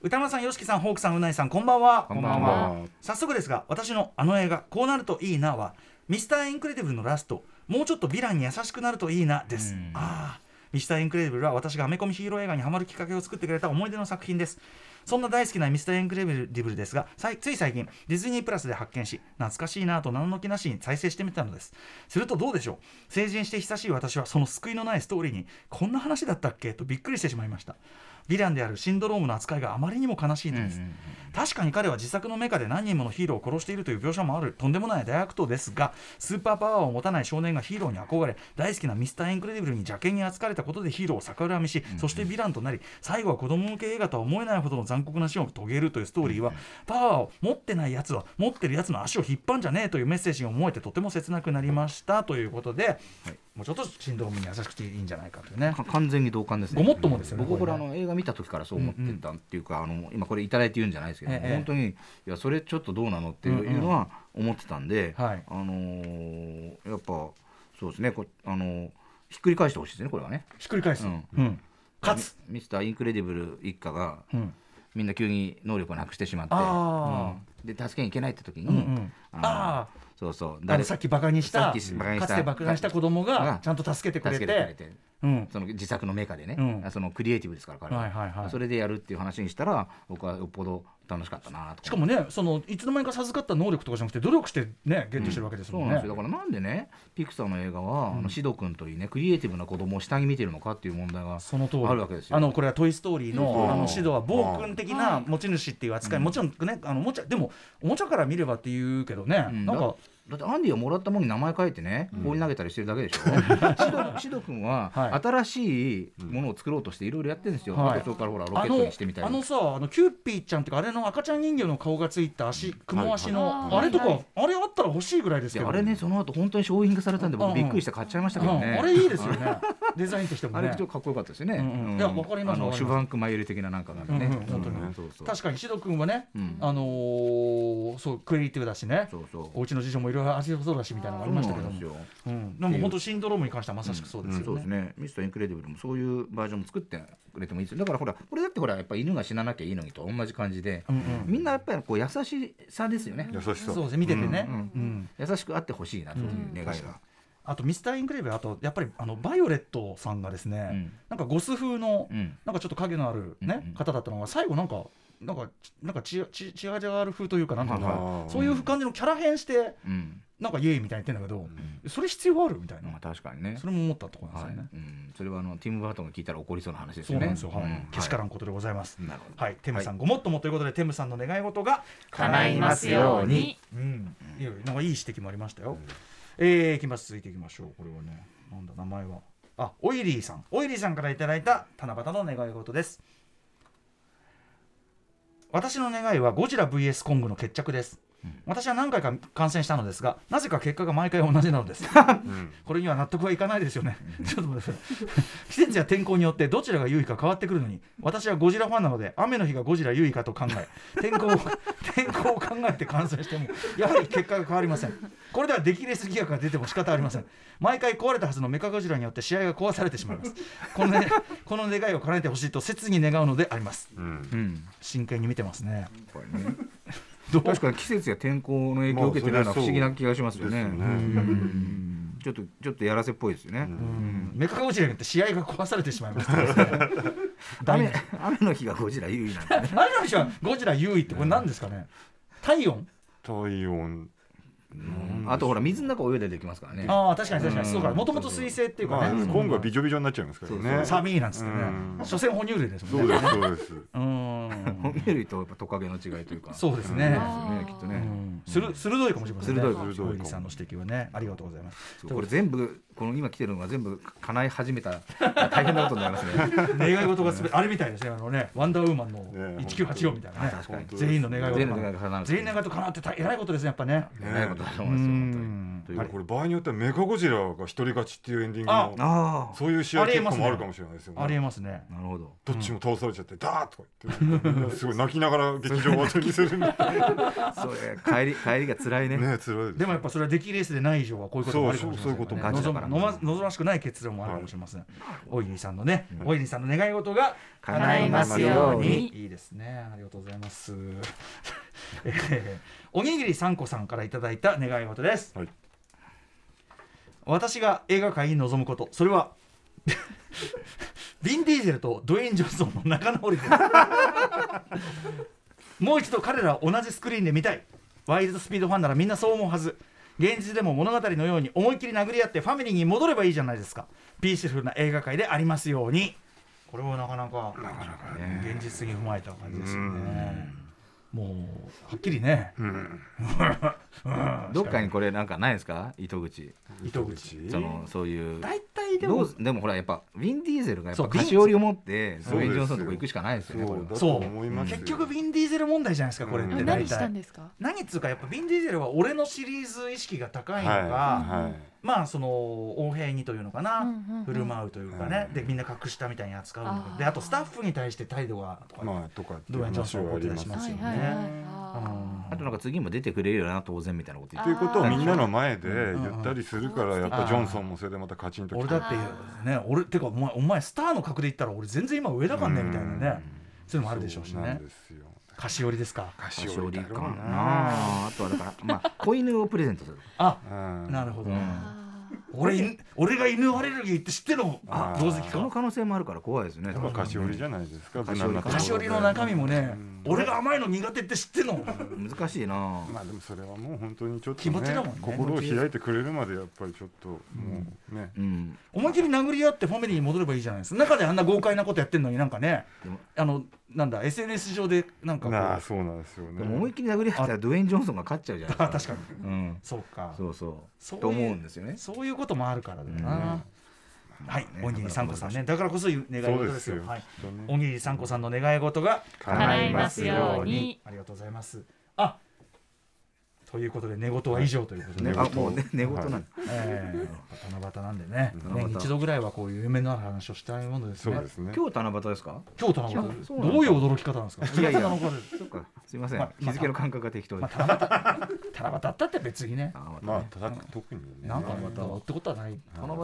Speaker 3: 歌丸さん、よしきさん、ホークさん、うないさん、こんばんは。
Speaker 5: こんばんは
Speaker 4: まあま
Speaker 3: 早速ですが、私のあの映画、こうなるといいなは、ミスターインクレディブルのラスト、もうちょっとヴィランに優しくなるといいなです
Speaker 5: うん。
Speaker 3: ああ、ミスターインクレディブルは私がアメコミヒーロー映画にハマるきっかけを作ってくれた思い出の作品です。そんな大好きなミスターインクレディブルですが、さいつい最近、ディズニープラスで発見し、懐かしいなと何の気なしに再生してみたのです。するとどうでしょう成人して久しい私はその救いのないストーリーに、こんな話だったっけとびっくりしてしまいました。ヴィランであるシンドロームの扱いがあまりにも悲しいのです。確かに彼は自作のメカで何人ものヒーローを殺しているという描写もあるとんでもない大悪党ですがスーパーパワーを持たない少年がヒーローに憧れ大好きなミスターインクレディブルに邪険に扱われたことでヒーローを逆恨みしそしてヴィランとなり最後は子供向け映画とは思えないほどの残酷な死を遂げるというストーリーはパワーを持ってないやつは持ってるやつの足を引っ張んじゃねえというメッセージに思えてとても切なくなりましたということでもうちょっと振動ムに優しくていいんじゃないかというね
Speaker 5: か完全に同感ですね。
Speaker 3: ごもっともですよね
Speaker 5: 僕こ
Speaker 3: これ
Speaker 5: れあ
Speaker 3: ね
Speaker 5: の映画見た時からそう思ってたっていうか、あの今これいただいて言うんじゃないですけど、
Speaker 3: ええ
Speaker 5: 本当にいやそれちょっとどうなのっていう
Speaker 3: うんうん
Speaker 5: いうのは思ってたんで、
Speaker 3: はい
Speaker 5: あのーやっぱそうですねこあのーひっくり返してほしいですねこれはね。
Speaker 3: ひっくり返す、
Speaker 5: うん
Speaker 3: うん勝つ、
Speaker 5: ミスターインクレディブル一家が
Speaker 3: うん
Speaker 5: みんな急に能力をなくしてしまって、
Speaker 3: あ
Speaker 5: うんで助けに行けないって時に、
Speaker 3: うんうん
Speaker 5: あの
Speaker 3: ああ
Speaker 5: そうそう
Speaker 3: あのさっきバカにした
Speaker 5: さっきバカにし
Speaker 3: か
Speaker 5: た
Speaker 3: つて爆弾した子供が
Speaker 5: うん
Speaker 3: ちゃんと助けてくれて
Speaker 5: 助けてくれて
Speaker 3: うん、
Speaker 5: その自作のメカでね、
Speaker 3: うん
Speaker 5: そのクリエイティブですから彼は,、
Speaker 3: はいはいはい
Speaker 5: それでやるっていう話にしたら僕はよっぽど楽しかったなと
Speaker 3: しかもねそのいつの間にか授かった能力とかじゃなくて努力してねゲットしてるわけです
Speaker 5: そう
Speaker 3: もん
Speaker 5: な
Speaker 3: ね、
Speaker 5: んですよだからなんでねピクサーの映画は、あのシド君というねクリエイティブな子供を下に見てるのかっていう問題が
Speaker 3: その通り
Speaker 5: あるわけですよ
Speaker 3: あのこれは「トイ・ストーリーの」
Speaker 4: うん
Speaker 3: あのシドは暴君的な
Speaker 6: うん
Speaker 3: 持ち主っていう扱い、もちろんねあのおもちゃでもおもちゃから見ればっていうけどね、
Speaker 5: うん
Speaker 3: なんか
Speaker 5: だってアンディはもらったものに名前書いてね、放り投げたりしてるだけでしょシ
Speaker 3: (laughs)
Speaker 5: ドシド君は
Speaker 3: はい
Speaker 5: 新しいものを作ろうとしていろいろやってるんですよ、
Speaker 3: はい
Speaker 5: あとそれからほらロケ
Speaker 3: あ
Speaker 5: ット
Speaker 3: の
Speaker 5: にしてみた
Speaker 3: あ
Speaker 5: り
Speaker 3: のさあのキューピーちゃんっていうかあれの赤ちゃん人形の顔がついた足雲足の、
Speaker 6: はいはい
Speaker 3: あれとか、
Speaker 6: はい
Speaker 3: あれあったら欲しいぐらいです
Speaker 5: で
Speaker 3: けど
Speaker 5: あれねその後本当に商品化されたんで
Speaker 3: うんう
Speaker 5: 僕
Speaker 3: ん
Speaker 5: びっくりして買っちゃいましたけどね、
Speaker 3: うんあれいいですよ
Speaker 5: (laughs)
Speaker 3: ねデザインとしても
Speaker 5: あ
Speaker 3: ね
Speaker 5: れちょっとかっこよかったですよね。
Speaker 3: うんうんいやわかります
Speaker 5: あ
Speaker 3: わ
Speaker 5: の
Speaker 3: か
Speaker 5: シ
Speaker 3: ります
Speaker 5: ュバンクマユリ的ななんかがね。
Speaker 3: うんうん本当に
Speaker 5: うんそうそう。
Speaker 3: 確かにシド君はね、
Speaker 5: うん
Speaker 3: あのーそうクリエイティブだしね
Speaker 5: そうそう。
Speaker 3: お家の事情もいろいろ味そうだしみたいなのがありましたけども
Speaker 5: そうなんですよ
Speaker 3: うんでも本当シンドロームに関してはまさしくそうです
Speaker 5: そ
Speaker 3: よ
Speaker 5: うです
Speaker 3: ね。
Speaker 5: ね。ミスターインクレディブルもそういうバージョンも作ってくれてもいいですよ。だからほらこれだってほらやっぱ犬が死ななきゃいいのにと同じ感じで、
Speaker 3: うんうん
Speaker 5: みんなやっぱりこう優しさですよね。
Speaker 4: 優しさ
Speaker 3: そうですね見ててね、
Speaker 5: うん
Speaker 3: うん
Speaker 5: 優しくあってほしいなという願いが。
Speaker 3: あとミスターインクレーブあとやっぱりあのバイオレットさんがですね、
Speaker 5: うん
Speaker 3: なんかゴス風の、
Speaker 5: うん
Speaker 3: なんかちょっと影のある、ね
Speaker 5: うんうん
Speaker 3: 方だったのが最後なんかなんかなんかチアチチアジャール風というかなんていうの
Speaker 4: あ
Speaker 3: か
Speaker 4: ー
Speaker 3: そういう感じのキャラ変して
Speaker 5: うん。
Speaker 3: なんかイエーイみたいに言ってんだけど、それ必要あるみたいな、
Speaker 5: まあ確かにね
Speaker 3: そ。れも思ったところなんですよ
Speaker 5: はい。
Speaker 3: ね。
Speaker 5: うん。それはあのティムバートンが聞いたら怒りそうな話です
Speaker 3: そう
Speaker 5: よね。
Speaker 3: なんですよ、はい
Speaker 5: うん
Speaker 3: けしからんことでございます。
Speaker 5: なるほど
Speaker 3: はい、テムさん、ごもっともということで、テムさんの願い事が
Speaker 5: 叶いますように。
Speaker 3: うん、いやなんかいい指摘もありましたよ。えー、いきます。続いていきましょう。これはね、なんだ名前は。あ、オイリーさん、オイリーさんからいただいた七夕の願い事です。私の願いはゴジラ VS コングの決着です。私は何回か感染したのですが、なぜか結果が毎回同じなのです。これには納得はいかないですよね。 (laughs) ちょっと待ってください。 (laughs) 季節や天候によってどちらが優位か変わってくるのに、私はゴジラファンなので、雨の日がゴジラ優位かと考え、 (laughs) 天候を天候を考えて観戦しても、やはり結果が変わりません。これでは出来レース疑惑が出ても仕方ありません。毎回壊れたはずのメカゴジラによって試合が壊されてしまいます。この,、ね、 (laughs) この願いを叶えてほしいと切に願うのであります。
Speaker 4: うん
Speaker 5: うん。
Speaker 3: 真剣に見てますね。
Speaker 5: これね。
Speaker 3: どう
Speaker 5: 確かに季節や天候の影響を受けてないのは不思議な気がしますよね。
Speaker 4: まあそれ
Speaker 5: う
Speaker 4: はそうですよね
Speaker 5: んちょっとちょっとやらせっぽいですよね。
Speaker 3: うんメカゴジラによって試合が壊されてしまいますってですね。大 (laughs)
Speaker 5: 雨雨の日がゴジラ優位なんだね。
Speaker 3: あれの日はゴジラ優位ってこれ何ですかね体温
Speaker 4: 体温
Speaker 5: あとほら水の中泳いでできますからね。
Speaker 3: ああ確かに確かにそうかもともと水性っていうか
Speaker 4: まあ
Speaker 3: ね、
Speaker 4: コングはビジョビジョになっちゃいますから
Speaker 5: そうそ
Speaker 4: ね
Speaker 5: う
Speaker 3: サミーなんつってね
Speaker 4: うん
Speaker 3: 所詮哺乳類ですも
Speaker 4: そ
Speaker 3: ん
Speaker 4: う
Speaker 3: ね
Speaker 4: ですそうです
Speaker 3: うー
Speaker 5: 哺
Speaker 3: ん
Speaker 5: 乳類とやっぱトカゲの違いというか。
Speaker 3: そうですね
Speaker 5: んですよねきっと
Speaker 3: う
Speaker 5: ね。
Speaker 3: んする鋭いかもしれませんね
Speaker 5: 鋭い
Speaker 4: かも
Speaker 3: 小栗さんの指摘はねありがとうございます
Speaker 5: そうこれ全部この今来てるのが全部叶え始めたら大変なことになります (laughs) ね
Speaker 3: 願い事がすべあれみたいですねあのねワンダーウーマンの
Speaker 4: ね
Speaker 3: 1984みたいなね
Speaker 5: 確かに
Speaker 3: 全員の願い事
Speaker 5: 全員の願いが叶う
Speaker 3: 全員の願い事叶うって大偉いことですねやっぱね
Speaker 5: えらいことだと思いますよ本当にという
Speaker 4: あれこれ場合によってはメカゴジラが一人勝ちっていうエンディングの
Speaker 5: あ
Speaker 4: そういう試合結果もあるかもしれないですよ
Speaker 3: ありえ
Speaker 4: ね。
Speaker 3: ますね
Speaker 5: あなるほど
Speaker 4: どっちも倒されちゃってダーッとか言ってみんなすごい泣きながら劇場を後にする
Speaker 3: (laughs)
Speaker 4: んでね
Speaker 5: それ帰り帰りが辛いね
Speaker 4: 辛い
Speaker 3: でもやっぱそれは出来レースでない以上はこういうこともあるかもしれませんからね
Speaker 5: そうそうそういうことも
Speaker 3: 望ま望ましくない結論もあるかもしれません大泉さんのね大泉さんの願い事が
Speaker 5: 叶
Speaker 2: えますように
Speaker 3: いいですねありがとうございますえーおにぎり三個さんからいただいた願い事です
Speaker 4: はい
Speaker 3: 私が映画界に臨むことそれは (laughs) ビン・ディーゼルとドウェイン・ジョンソンの仲直りです (laughs) もう一度彼らを同じスクリーンで見たいワイルドスピードファンならみんなそう思うはず現実でも物語のように思いっきり殴り合ってファミリーに戻ればいいじゃないですかピースフルな映画界でありますようにこれはなかなか現実に踏まえた感じですよねもうはっきりね、
Speaker 5: どっかにこれなんかないですか糸口
Speaker 3: 糸口
Speaker 5: そのそういう
Speaker 3: 大体で
Speaker 5: ど
Speaker 3: も
Speaker 5: うでもほらやっぱウィン・ディーゼルがやっ
Speaker 3: そう
Speaker 5: ぱ
Speaker 3: ビン
Speaker 5: 菓子折りを持って
Speaker 4: そう
Speaker 5: そう
Speaker 4: です
Speaker 5: い
Speaker 4: よ
Speaker 5: うジョンソンのとこ行くしかないですよねこれ
Speaker 4: そ
Speaker 5: は
Speaker 4: うだと
Speaker 3: そ
Speaker 4: 思いま
Speaker 3: う
Speaker 4: すよ
Speaker 3: 結局ビン・ディーゼル問題じゃないですかこれっ
Speaker 4: う
Speaker 3: て大
Speaker 4: ん
Speaker 6: 何した
Speaker 3: 体
Speaker 6: んですか
Speaker 3: 何っつうかやっぱビン・ディーゼルは俺のシリーズ意識が高いのが、
Speaker 4: はいはい
Speaker 3: まあその横平にというのかな、
Speaker 6: うんうんうん
Speaker 3: 振る舞うというかね、
Speaker 4: うん
Speaker 3: でみんな隠したみたいに扱うの
Speaker 6: あー
Speaker 3: であとスタッフに対して態度がとか、
Speaker 4: まあとかってい
Speaker 3: ド
Speaker 4: う
Speaker 3: ウェイン・ジョン
Speaker 4: 話
Speaker 3: ソン
Speaker 4: は
Speaker 3: を
Speaker 4: あ
Speaker 3: 出
Speaker 4: り
Speaker 3: 出
Speaker 4: ま
Speaker 3: し
Speaker 4: す
Speaker 3: ま
Speaker 4: よ
Speaker 3: すよ
Speaker 6: は
Speaker 3: ね
Speaker 6: いはいはい。
Speaker 3: うん
Speaker 5: あとなんか次も出てくれるよな当然みたいなこと言っ
Speaker 4: とい
Speaker 5: て
Speaker 4: うことをみんなの前で言ったりするから
Speaker 6: うん
Speaker 4: やっぱジョンソンもそれでまたカチンと
Speaker 3: 俺
Speaker 4: き
Speaker 3: だ
Speaker 4: て
Speaker 3: ってね俺てかお前お前スターの格で言ったら俺全然今上だからねみたいなねそういうのもあるでしょうし
Speaker 4: そうな
Speaker 3: ね
Speaker 4: んですよ
Speaker 3: 菓子折りですか
Speaker 4: 菓
Speaker 5: 菓
Speaker 4: 子
Speaker 5: 子
Speaker 4: 折
Speaker 5: 折
Speaker 4: り
Speaker 5: り
Speaker 4: だ
Speaker 5: か
Speaker 4: ろう
Speaker 5: な
Speaker 4: な
Speaker 5: あとはだから
Speaker 4: (laughs)
Speaker 5: まあ子犬をプレゼントする
Speaker 3: あ
Speaker 4: うん
Speaker 3: なるほど、
Speaker 5: うん
Speaker 6: あ
Speaker 3: 俺犬俺が犬アレルギーって知ってるの
Speaker 4: あー
Speaker 3: 同席
Speaker 5: その
Speaker 3: か
Speaker 5: 可能性もあるから怖いですね
Speaker 4: やっぱ菓子折りじゃないですか
Speaker 5: 菓
Speaker 4: 無
Speaker 5: 子
Speaker 4: 難
Speaker 5: 折
Speaker 4: な
Speaker 5: り
Speaker 4: と
Speaker 5: か
Speaker 4: ころ
Speaker 3: 菓
Speaker 4: で
Speaker 3: 子折りの中身もね
Speaker 4: うん
Speaker 3: 俺が甘いの苦手って知ってるの
Speaker 5: 難しいな
Speaker 4: まあでもそれはもう本当にちょっと、ね、
Speaker 3: 気持ちだもんね
Speaker 4: 心を開いてくれるまでやっぱりちょっともうね、
Speaker 5: うん
Speaker 3: 思いっきり殴り合ってファミリーに戻ればいいじゃないですか中であんな豪快なことやってんのになんかね
Speaker 5: でも
Speaker 3: あのなんだ SNS 上でなんかこう
Speaker 4: なあ
Speaker 3: あ
Speaker 4: そうなんですよね
Speaker 5: でも思いっきり殴り合ったらドウェイン・ジョンソンが勝っちゃうじゃないですか
Speaker 3: 確かに
Speaker 5: うん
Speaker 3: そうか
Speaker 5: そうそう
Speaker 3: そういう
Speaker 5: と思うんですよね
Speaker 3: そういうこともあるからだよな、はい、おにぎりさんこさんね、だからこそ言う願い
Speaker 4: そう
Speaker 3: 事
Speaker 4: で
Speaker 3: です
Speaker 4: す
Speaker 3: よ。
Speaker 4: よ、
Speaker 3: はい、
Speaker 4: きっとね
Speaker 3: おにぎりさんこさんの願い事が
Speaker 6: 叶いますように。
Speaker 3: ありがとうございます。あ、ということで寝言は以上ということで、
Speaker 5: ね
Speaker 4: 寝言
Speaker 5: あもうね寝言なんだ
Speaker 3: えー、やっぱ七夕なんでね、
Speaker 5: うん
Speaker 3: 年に一度ぐらいはこういう夢のある話をしたいものです
Speaker 4: そう
Speaker 3: ね
Speaker 4: で。すね
Speaker 5: 今日七夕ですか
Speaker 3: 今日七夕です、
Speaker 5: 今日
Speaker 3: どういう驚き方なんですか。
Speaker 5: いやいや
Speaker 3: 七夕の頃
Speaker 5: そっかすいませ
Speaker 3: ま
Speaker 5: ん日付の感覚が適当で
Speaker 3: まあ七夕、七夕だったって別にね、
Speaker 5: あまた
Speaker 4: まあ叩く特にね
Speaker 3: なんか
Speaker 4: 七
Speaker 3: またってことはない。
Speaker 5: 七夕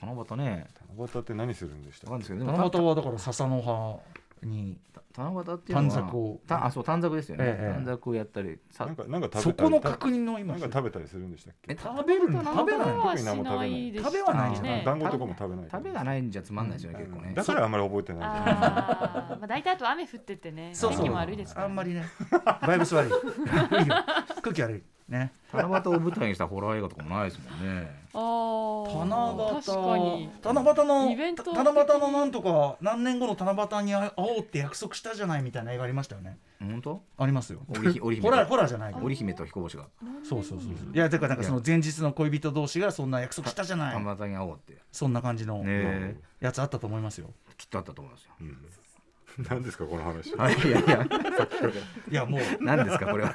Speaker 5: 七夕ね
Speaker 4: 夕って何するんでし
Speaker 5: わか
Speaker 4: た
Speaker 5: んないですけどで
Speaker 3: 七
Speaker 5: もた
Speaker 3: 夕はだから笹の葉に、
Speaker 5: 七夕っていうの
Speaker 3: 短
Speaker 5: は
Speaker 3: 冊を
Speaker 5: たあそう短冊ですよね、
Speaker 3: ええええ
Speaker 5: 短冊をやったりさ
Speaker 4: なんかなんか食
Speaker 3: そ
Speaker 4: べた
Speaker 3: こ
Speaker 4: り
Speaker 3: の確認の今
Speaker 4: なん。か食べたりするんでしたっけ
Speaker 5: え
Speaker 3: 食べるの食べないの
Speaker 6: はしないでしたね
Speaker 3: 食べはないんじゃない
Speaker 4: 団子とかも食べない
Speaker 5: 食べがないんじゃつまんないですよね、結構ね
Speaker 4: だからあんまり覚えてない
Speaker 6: あーまあ大体あと雨降っててね
Speaker 3: そうそう
Speaker 6: 天気も悪いですから
Speaker 3: あんまりねバイブス悪い悪いよ空気悪いね
Speaker 5: 七夕を舞台にしたホラー映画とかもないですもんね
Speaker 6: あー
Speaker 3: 七夕
Speaker 6: 確かに
Speaker 3: 七夕の
Speaker 6: イベント的
Speaker 3: た
Speaker 6: に
Speaker 3: 七夕のなんとか何年後の七夕に会おうって約束したじゃないみたいな映画ありましたよね
Speaker 5: 本当
Speaker 3: ありますよ
Speaker 5: (laughs) 織姫織
Speaker 3: ホ
Speaker 5: 姫
Speaker 3: ラー
Speaker 5: と
Speaker 3: ホラーじゃない
Speaker 5: 織姫と彦星が
Speaker 3: そうそうそうそういやだからなんかその前日の恋人同士がそんな約束したじゃない
Speaker 5: 七夕に会おうってね
Speaker 3: そんな感じの
Speaker 5: え
Speaker 3: やつあったと思いますよ
Speaker 5: きっとあったと思いますよ
Speaker 4: 何ですかこの話
Speaker 5: はいいやいや
Speaker 3: いやもう
Speaker 5: 何ですかこれは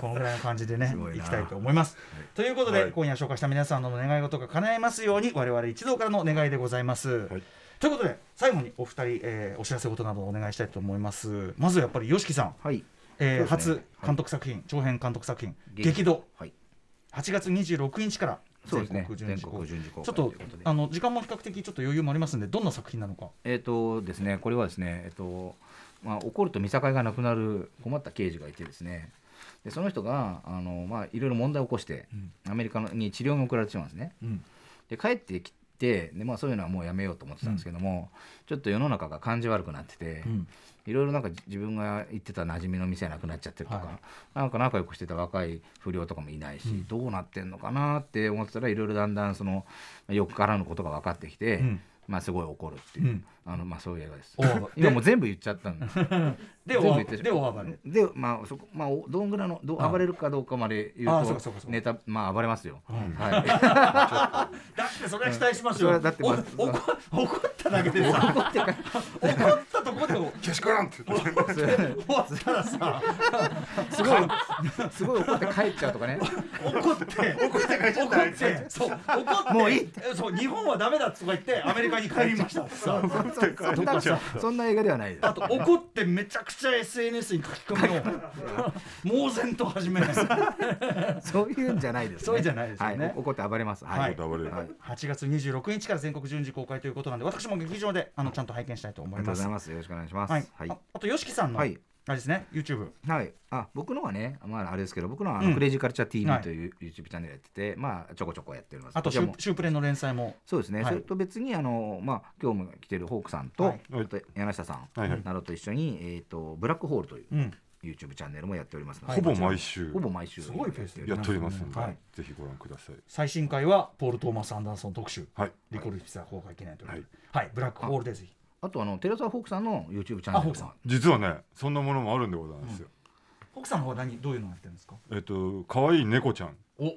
Speaker 3: このぐらいの感じでね
Speaker 5: すごい
Speaker 3: い
Speaker 5: な
Speaker 3: きたいと思います。ということで、
Speaker 4: はい
Speaker 3: 今夜紹介した皆さんの願い事が叶えますように我々一同からの願いでございます。
Speaker 4: はい
Speaker 3: ということで最後にお二人、えーお知らせ事などをお願いしたいと思います。まずやっぱり YOSHIKI さん、
Speaker 5: はい
Speaker 3: えー
Speaker 5: そうですね
Speaker 3: 初監督作品、長編監督作品「
Speaker 5: 激
Speaker 3: 激怒
Speaker 5: はい」
Speaker 3: 8月26日から
Speaker 5: そ
Speaker 3: 全
Speaker 5: うですね
Speaker 3: 国順次
Speaker 5: 全
Speaker 3: 公
Speaker 5: 国
Speaker 3: 開
Speaker 5: 順次公開
Speaker 3: ちょっと
Speaker 5: ということで
Speaker 3: あの時間も比較的ちょっと余裕もありますんでどんな作品なのか
Speaker 5: えっ、とですね、これはですね、えっ、と、まあ、怒ると見境がなくなる困った刑事がいてですね。で、その人が、あの、まあ、いろいろ問題を起こして、アメリカのに治療に送られてしまうんですね。
Speaker 3: うん
Speaker 5: で、帰ってきて、で、まあ、そういうのはもうやめようと思ってたんですけども。ちょっと世の中が感じ悪くなってて、
Speaker 3: うん
Speaker 5: いろいろなんか自分が行ってた馴染みの店なくなっちゃってるとか、
Speaker 3: はい
Speaker 5: なんか仲良くしてた若い不良とかもいないし、どうなってんのかなって思ってたらいろいろだんだんそのよくからぬことが分かってきて、
Speaker 3: うん
Speaker 5: まあすごい怒るっていう、
Speaker 3: うん
Speaker 5: あのまあそういう映画です
Speaker 3: お
Speaker 5: (laughs)
Speaker 3: ー
Speaker 5: 今もう全部言っちゃっ
Speaker 3: (laughs)
Speaker 5: たんで
Speaker 3: で
Speaker 5: 全部言ってしまう
Speaker 3: で大暴れ
Speaker 5: でまあそこまあおどんぐらいのど
Speaker 3: ああ
Speaker 5: 暴れるかどうかまで言
Speaker 3: ああ
Speaker 5: う
Speaker 3: そう
Speaker 5: と
Speaker 3: かそうかそうか
Speaker 5: ネタまあ暴れますよ、
Speaker 3: うん
Speaker 5: はい
Speaker 3: だってそれは期待します
Speaker 5: そ
Speaker 3: よ、
Speaker 5: れはだって
Speaker 3: お
Speaker 5: まあ
Speaker 3: 怒怒っただけで
Speaker 5: (laughs)
Speaker 3: さ怒ったとこでも
Speaker 4: けしからんって言って
Speaker 3: (laughs)
Speaker 5: それ
Speaker 3: 終わったらさ
Speaker 5: すごいすごい怒って帰っちゃうと
Speaker 3: (laughs)
Speaker 5: かね
Speaker 3: 怒って怒って帰っちゃった怒ってそう怒って
Speaker 5: もういいっ
Speaker 3: えそう日本はダメだとか言ってアメリカに帰りましたってさ
Speaker 5: (laughs) そんなそんな映画ではないです
Speaker 3: あと怒ってめちゃくちゃ SNS に書き込みを猛然と始める
Speaker 5: そういうんじゃないです、ね。
Speaker 3: そういうんじゃないですよね
Speaker 5: はい怒って暴れます。
Speaker 3: は
Speaker 5: はいい。
Speaker 4: 暴れる
Speaker 5: はい
Speaker 3: 8月26日から全国順次公開ということなんで私も劇場であのちゃんと拝見したいと思
Speaker 5: あ
Speaker 3: い
Speaker 5: りがとうご
Speaker 3: ます
Speaker 5: ざいます。よろしくお願いします。
Speaker 3: は
Speaker 5: はいい。
Speaker 3: ああと YOSHIKI さんの、
Speaker 5: はい
Speaker 3: あれですね YouTube
Speaker 5: はい、あ僕のはね、まあ、あれですけど僕のはあ
Speaker 3: うん
Speaker 5: のクレイジーカルチャー TV
Speaker 3: はい
Speaker 5: という YouTube チャンネルやってて、まあ、ちょこちょこやっております。
Speaker 3: あと
Speaker 5: こ
Speaker 3: シ
Speaker 5: ちら
Speaker 3: ュ
Speaker 5: も
Speaker 3: シュープレの連載も
Speaker 5: そうですね、
Speaker 3: はい
Speaker 5: それと別にあの、まあ、今日も来てるホークさんと,、
Speaker 3: はい
Speaker 5: あと柳下さ
Speaker 4: はいはい
Speaker 5: んなどと一緒に、えー、とブラックホールという
Speaker 3: うん
Speaker 5: YouTube チャンネルもやっておりますので、
Speaker 4: ほぼ毎
Speaker 5: 週
Speaker 4: 週
Speaker 5: ほぼ毎週
Speaker 3: すごいペースで
Speaker 4: やっておりますの
Speaker 3: は
Speaker 4: で
Speaker 3: い
Speaker 4: ぜひご覧ください
Speaker 3: 最新回はポール・トーマス・アンダーソン特集
Speaker 4: はい
Speaker 3: リコル・フィザー公開記念ということで
Speaker 4: は
Speaker 3: はい、ブラックホールでぜひ
Speaker 5: あとあのテレサ・ホークさんの YouTube チャ
Speaker 3: あホ
Speaker 5: ンネ
Speaker 3: ー
Speaker 5: ル
Speaker 3: クさん
Speaker 5: も
Speaker 4: 実はねそんなものもあるんでございますよ
Speaker 3: 奥さんの方は何どういうのやってるんですか
Speaker 4: えっと可愛い猫ちゃん
Speaker 3: お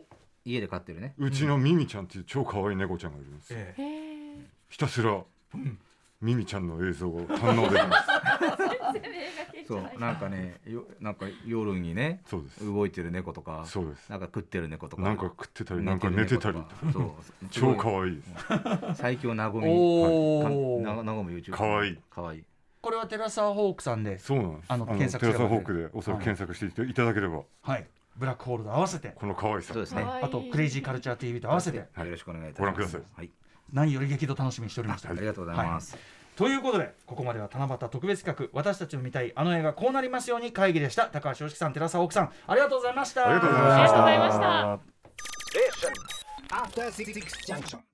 Speaker 5: 家で飼ってるね
Speaker 4: うちのミミちゃんっていう超可愛い猫ちゃんがいるんですよ
Speaker 3: ええ
Speaker 6: へえ。
Speaker 4: ひたすらミミちゃんの映像を堪能できます
Speaker 5: そうなんかねよなんか夜にね
Speaker 4: そうです
Speaker 5: 動いてる猫とか
Speaker 4: そうです
Speaker 5: なんか食ってる猫とか
Speaker 4: なんか食ってたりなんか寝てたり
Speaker 5: る猫とかそう
Speaker 4: (laughs) 超可
Speaker 5: い
Speaker 4: 愛いです
Speaker 5: 最強なごみ
Speaker 3: おー
Speaker 5: ななごみ YouTube
Speaker 4: 可愛い
Speaker 5: かわいい
Speaker 3: これはテラサーホークさんで
Speaker 4: そうなんです
Speaker 3: あの検索すれ
Speaker 4: テラ
Speaker 3: ば
Speaker 4: サホークでおそらく検索していただければ
Speaker 3: はいブラックホールと合わせて
Speaker 4: この可愛さ
Speaker 5: そうです
Speaker 6: 可
Speaker 5: ね
Speaker 6: 愛い
Speaker 3: あとクレイジーカルチャー TV と合わせて
Speaker 5: はいよろしくお願いいたします
Speaker 4: ご覧ください
Speaker 5: はい
Speaker 3: 何より激怒楽しみにしておりました
Speaker 5: ありがとうございます
Speaker 3: ということでここまでは七夕特別企画私たちの見たいあの映画こうなりますように会議でした高橋良樹さん寺澤奥さんありがとうございました
Speaker 4: ありがとうござい
Speaker 6: あ
Speaker 4: ま
Speaker 6: りが
Speaker 4: し
Speaker 6: とう
Speaker 4: た
Speaker 6: ございました。
Speaker 7: After Six Junction.